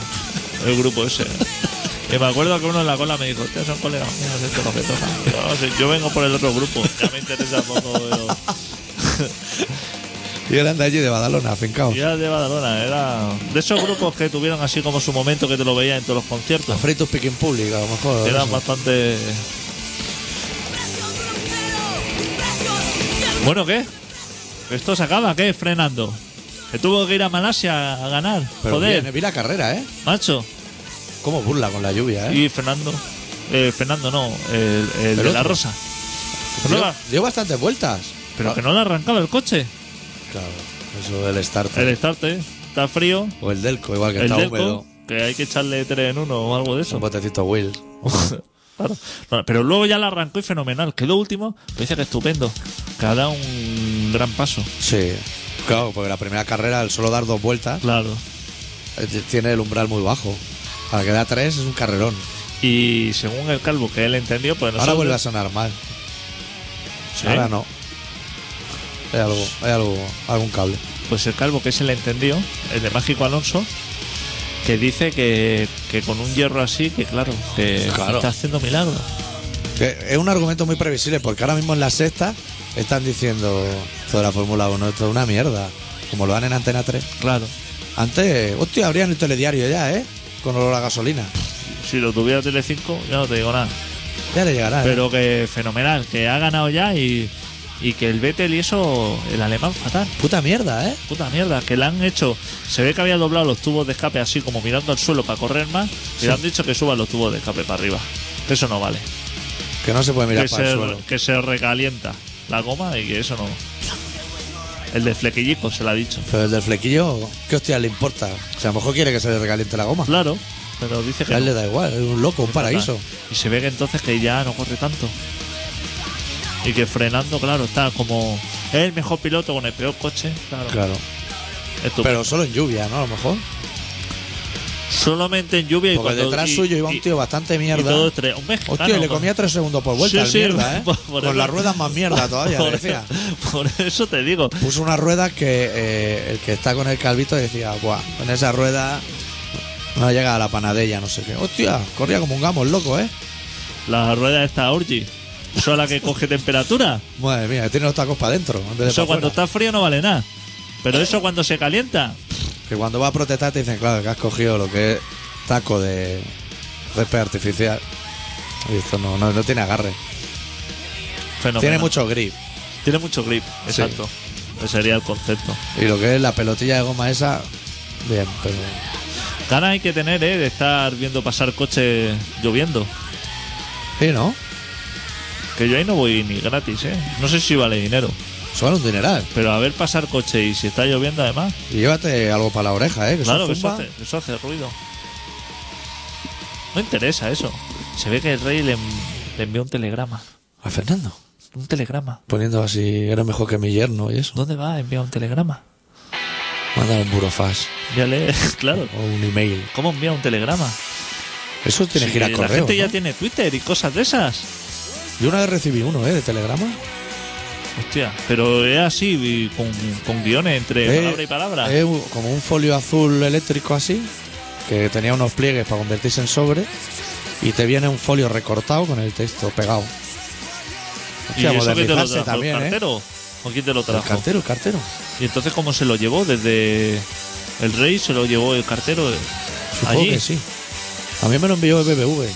Speaker 3: el grupo ese. Y me acuerdo que uno en la cola me dijo, hostia, son colegas míos, esto es lo que toca. Digo, "No sé, yo vengo por el otro grupo, ya me interesa poco, pero...
Speaker 1: Y eran de allí, de Badalona, afincados.
Speaker 3: Y era de Badalona, era de esos grupos que tuvieron así como su momento que te lo veía en todos los conciertos.
Speaker 1: Free to Picking Public, a lo mejor.
Speaker 3: Eran
Speaker 1: eso.
Speaker 3: bastante. Bueno, ¿qué? ¿Esto se acaba? ¿Qué? Frenando. Que tuvo que ir a Malasia a ganar.
Speaker 1: Pero
Speaker 3: Joder,
Speaker 1: bien, vi la carrera, ¿eh?
Speaker 3: macho.
Speaker 1: Cómo burla con la lluvia, ¿eh?
Speaker 3: Y Fernando. eh, Fernando no, el, el de
Speaker 1: otro.
Speaker 3: la Rosa. Que no
Speaker 1: Dio,
Speaker 3: la-
Speaker 1: dio bastantes vueltas. Ah,
Speaker 3: pero que no le arrancaba el coche.
Speaker 1: Claro, eso del starter.
Speaker 3: El estarte, está frío.
Speaker 1: O el Delco, igual que
Speaker 3: el
Speaker 1: está
Speaker 3: Delco,
Speaker 1: húmedo.
Speaker 3: que hay que echarle 3 en 1 o algo de eso.
Speaker 1: Un botecito Will.
Speaker 3: Claro. No, pero luego ya la arrancó y fenomenal. Quedó último, pero dice que estupendo. Que ha dado un gran paso.
Speaker 1: Sí. Claro, porque la primera carrera, al solo dar dos vueltas,
Speaker 3: Claro.
Speaker 1: eh, tiene el umbral muy bajo. Al que da tres es un carrerón.
Speaker 3: Y según el calvo que él entendió, pues
Speaker 1: Ahora
Speaker 3: nosotros.
Speaker 1: vuelve a sonar mal.
Speaker 3: Sí.
Speaker 1: Ahora no. Hay algo, hay algo, algún cable.
Speaker 3: Pues el calvo que se le entendió, el de Mágico Alonso, que dice que, que con un hierro así, que claro, que
Speaker 1: Claro.
Speaker 3: está haciendo milagros.
Speaker 1: Que es un argumento muy previsible porque ahora mismo en la sexta están diciendo toda la Fórmula 1, esto es una mierda. Como lo dan en Antena 3.
Speaker 3: Claro.
Speaker 1: Antes, hostia, abrían el telediario ya, ¿eh? Con olor a gasolina.
Speaker 3: Si lo tuviera Telecinco, ya no te digo nada.
Speaker 1: Ya le llegará. ¿eh?
Speaker 3: Pero que fenomenal, que ha ganado ya y, y que el Vettel y eso, el alemán fatal.
Speaker 1: Puta mierda, ¿eh?
Speaker 3: Puta mierda, que le han hecho. Se ve que había doblado los tubos de escape así como mirando al suelo para correr más. Y le han dicho que suban los tubos de escape para arriba. Que eso no vale.
Speaker 1: Que no se puede mirar
Speaker 3: Que
Speaker 1: para el
Speaker 3: se,
Speaker 1: suelo.
Speaker 3: que se recalienta la goma y que eso no. El de flequillico se lo ha dicho.
Speaker 1: Pero el del flequillo, ¿qué hostia le importa? O sea, a lo mejor quiere que se le recaliente la goma.
Speaker 3: Claro, pero dice que.
Speaker 1: A él
Speaker 3: no.
Speaker 1: le da igual, es un loco, un paraíso.
Speaker 3: Y se ve que entonces que ya no corre tanto. Y que frenando, claro, está como. Es el mejor piloto con el peor coche. Claro.
Speaker 1: Claro.
Speaker 3: Estupendo.
Speaker 1: Pero solo en lluvia, ¿no? A lo mejor.
Speaker 3: Solamente en lluvia y
Speaker 1: Porque
Speaker 3: cuando-
Speaker 1: detrás
Speaker 3: y-
Speaker 1: suyo iba
Speaker 3: y-
Speaker 1: un tío bastante
Speaker 3: y todo
Speaker 1: mierda. ¿eh?
Speaker 3: tres. Un mexicano.
Speaker 1: Hostia, y le
Speaker 3: con-
Speaker 1: comía tres segundos por vuelta,
Speaker 3: Sí,
Speaker 1: el
Speaker 3: sí,
Speaker 1: mierda, ¿eh?
Speaker 3: por- por
Speaker 1: Con
Speaker 3: eso-
Speaker 1: las ruedas más mierda todavía, le
Speaker 3: por,
Speaker 1: decía.
Speaker 3: por eso te digo.
Speaker 1: Puso una rueda que eh, el que está con el calvito decía, buah, con esa rueda no llega a la panadella, no sé qué. Hostia, corría como un gamo, el loco, ¿eh?
Speaker 3: La rueda esta Orgy. Eso es la que coge temperatura.
Speaker 1: Madre mía, tiene los tacos para adentro. en vez de
Speaker 3: Eso
Speaker 1: pa'
Speaker 3: cuando
Speaker 1: fuera.
Speaker 3: está frío no vale nada. Pero eso cuando se calienta.
Speaker 1: Que cuando va a protestar te dicen, claro, que has cogido lo que es taco de césped artificial. Y esto no, no, no tiene agarre.
Speaker 3: Fenomenal.
Speaker 1: tiene mucho grip.
Speaker 3: Tiene mucho grip.
Speaker 1: Sí.
Speaker 3: Exacto. Ese sería el concepto.
Speaker 1: Y lo que es la pelotilla de goma esa, bien, pero.
Speaker 3: Ganas hay que tener, ¿eh? De estar viendo pasar coches lloviendo.
Speaker 1: Sí, ¿no?
Speaker 3: Que yo ahí no voy ni gratis, ¿eh? No sé si vale dinero.
Speaker 1: Son un dineral.
Speaker 3: Pero a ver pasar coche y si está lloviendo además.
Speaker 1: Y llévate algo para la oreja, ¿eh? Que
Speaker 3: Claro,
Speaker 1: eso
Speaker 3: que eso
Speaker 1: zumba.
Speaker 3: hace, eso hace ruido. No interesa eso. Se ve que el rey le, en- le envió un telegrama.
Speaker 1: A Fernando.
Speaker 3: Un telegrama.
Speaker 1: Poniendo así, era mejor que mi yerno y eso.
Speaker 3: ¿Dónde va? Envía un telegrama.
Speaker 1: Manda un burofax
Speaker 3: Envíale, claro.
Speaker 1: o un email.
Speaker 3: ¿Cómo envía un telegrama?
Speaker 1: Eso tiene
Speaker 3: Si
Speaker 1: que ir a
Speaker 3: la
Speaker 1: correo.
Speaker 3: gente ya
Speaker 1: ¿no?
Speaker 3: tiene Twitter y cosas de esas.
Speaker 1: Yo una vez recibí uno, ¿eh? De telegrama.
Speaker 3: Hostia, pero es así, y con, con guiones entre
Speaker 1: Eh,
Speaker 3: palabra y palabra.
Speaker 1: eh, un- como un folio azul eléctrico así, que tenía unos pliegues para convertirse en sobre, y te viene un folio recortado con el texto pegado.
Speaker 3: y
Speaker 1: Hostia,
Speaker 3: eso que te lo
Speaker 1: modernizarse
Speaker 3: trajo
Speaker 1: también,
Speaker 3: el
Speaker 1: ¿eh?
Speaker 3: cartero. ¿O quién te lo
Speaker 1: El
Speaker 3: trajo?
Speaker 1: cartero, el cartero.
Speaker 3: Y entonces cómo se lo llevó desde el rey, se lo llevó el cartero. eh,
Speaker 1: Supongo
Speaker 3: Allí. Ah,
Speaker 1: que sí. A mí me lo envió el BBV.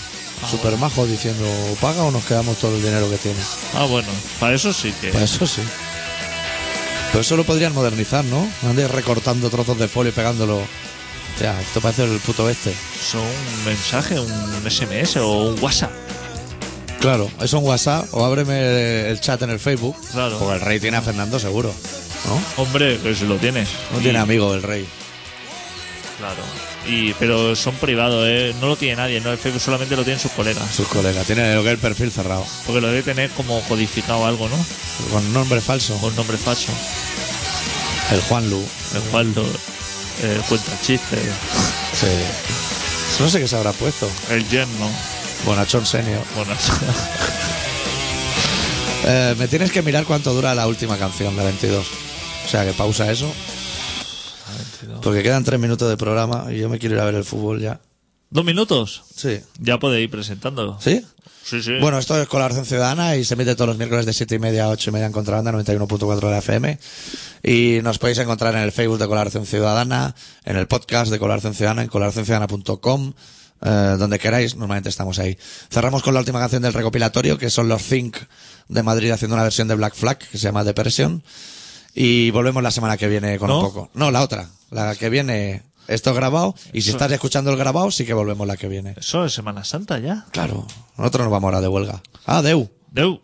Speaker 1: Super majo diciendo, paga o nos quedamos todo el dinero que tienes.
Speaker 3: Ah, bueno, para eso sí que.
Speaker 1: Pues eso sí. Pero eso lo podrían modernizar, ¿no? No Andes recortando trozos de folio y pegándolo. O sea, esto parece el puto este.
Speaker 3: Son un mensaje, un SMS o un WhatsApp.
Speaker 1: Claro, es un WhatsApp o ábreme el chat en el Facebook.
Speaker 3: Claro.
Speaker 1: Porque el rey tiene a Fernando seguro. ¿No?
Speaker 3: Hombre, que si lo tiene.
Speaker 1: No
Speaker 3: Y-
Speaker 1: tiene amigo el rey.
Speaker 3: Claro. Y, pero son privados, ¿eh? No lo tiene nadie, ¿no? El Facebook solamente lo tienen sus colegas.
Speaker 1: Sus colegas. Tiene lo que es el perfil cerrado.
Speaker 3: Porque lo debe tener como codificado algo, ¿no?
Speaker 1: Con nombre falso.
Speaker 3: Con nombre falso.
Speaker 1: El Juan Lu.
Speaker 3: El cual lo, eh, cuenta chistes.
Speaker 1: Sí. No sé qué se habrá puesto.
Speaker 3: El yerno.
Speaker 1: Bonachón senior.
Speaker 3: Bueno,
Speaker 1: Eh, me tienes que mirar cuánto dura la última canción de 22. O sea, que pausa eso. Porque quedan tres minutos de programa y yo me quiero ir a ver el fútbol ya.
Speaker 3: dos minutos.
Speaker 1: Sí.
Speaker 3: Ya podéis ir presentándolo.
Speaker 1: ¿Sí?
Speaker 3: Sí, sí.
Speaker 1: Bueno, esto es Colaboración Ciudadana y se emite todos los miércoles de 7 y media a 8 y media en Contrabanda 91.4 de la FM. Y nos podéis encontrar en el Facebook de Colaboración Ciudadana, en el podcast de Colaboración Ciudadana, en colaboracionciudadana.com, eh, donde queráis, normalmente estamos ahí. Cerramos con la última canción del recopilatorio, que son los Think de Madrid haciendo una versión de Black Flag, que se llama Depression. Y volvemos la semana que viene con
Speaker 3: ¿No?
Speaker 1: un poco. No, la otra. La que viene, esto es grabado. Y si estás escuchando el grabado, sí que volvemos la que viene.
Speaker 3: Eso es Semana Santa ya.
Speaker 1: Ah, Claro. Nosotros nos vamos ahora de huelga. Adeu.
Speaker 3: Deu.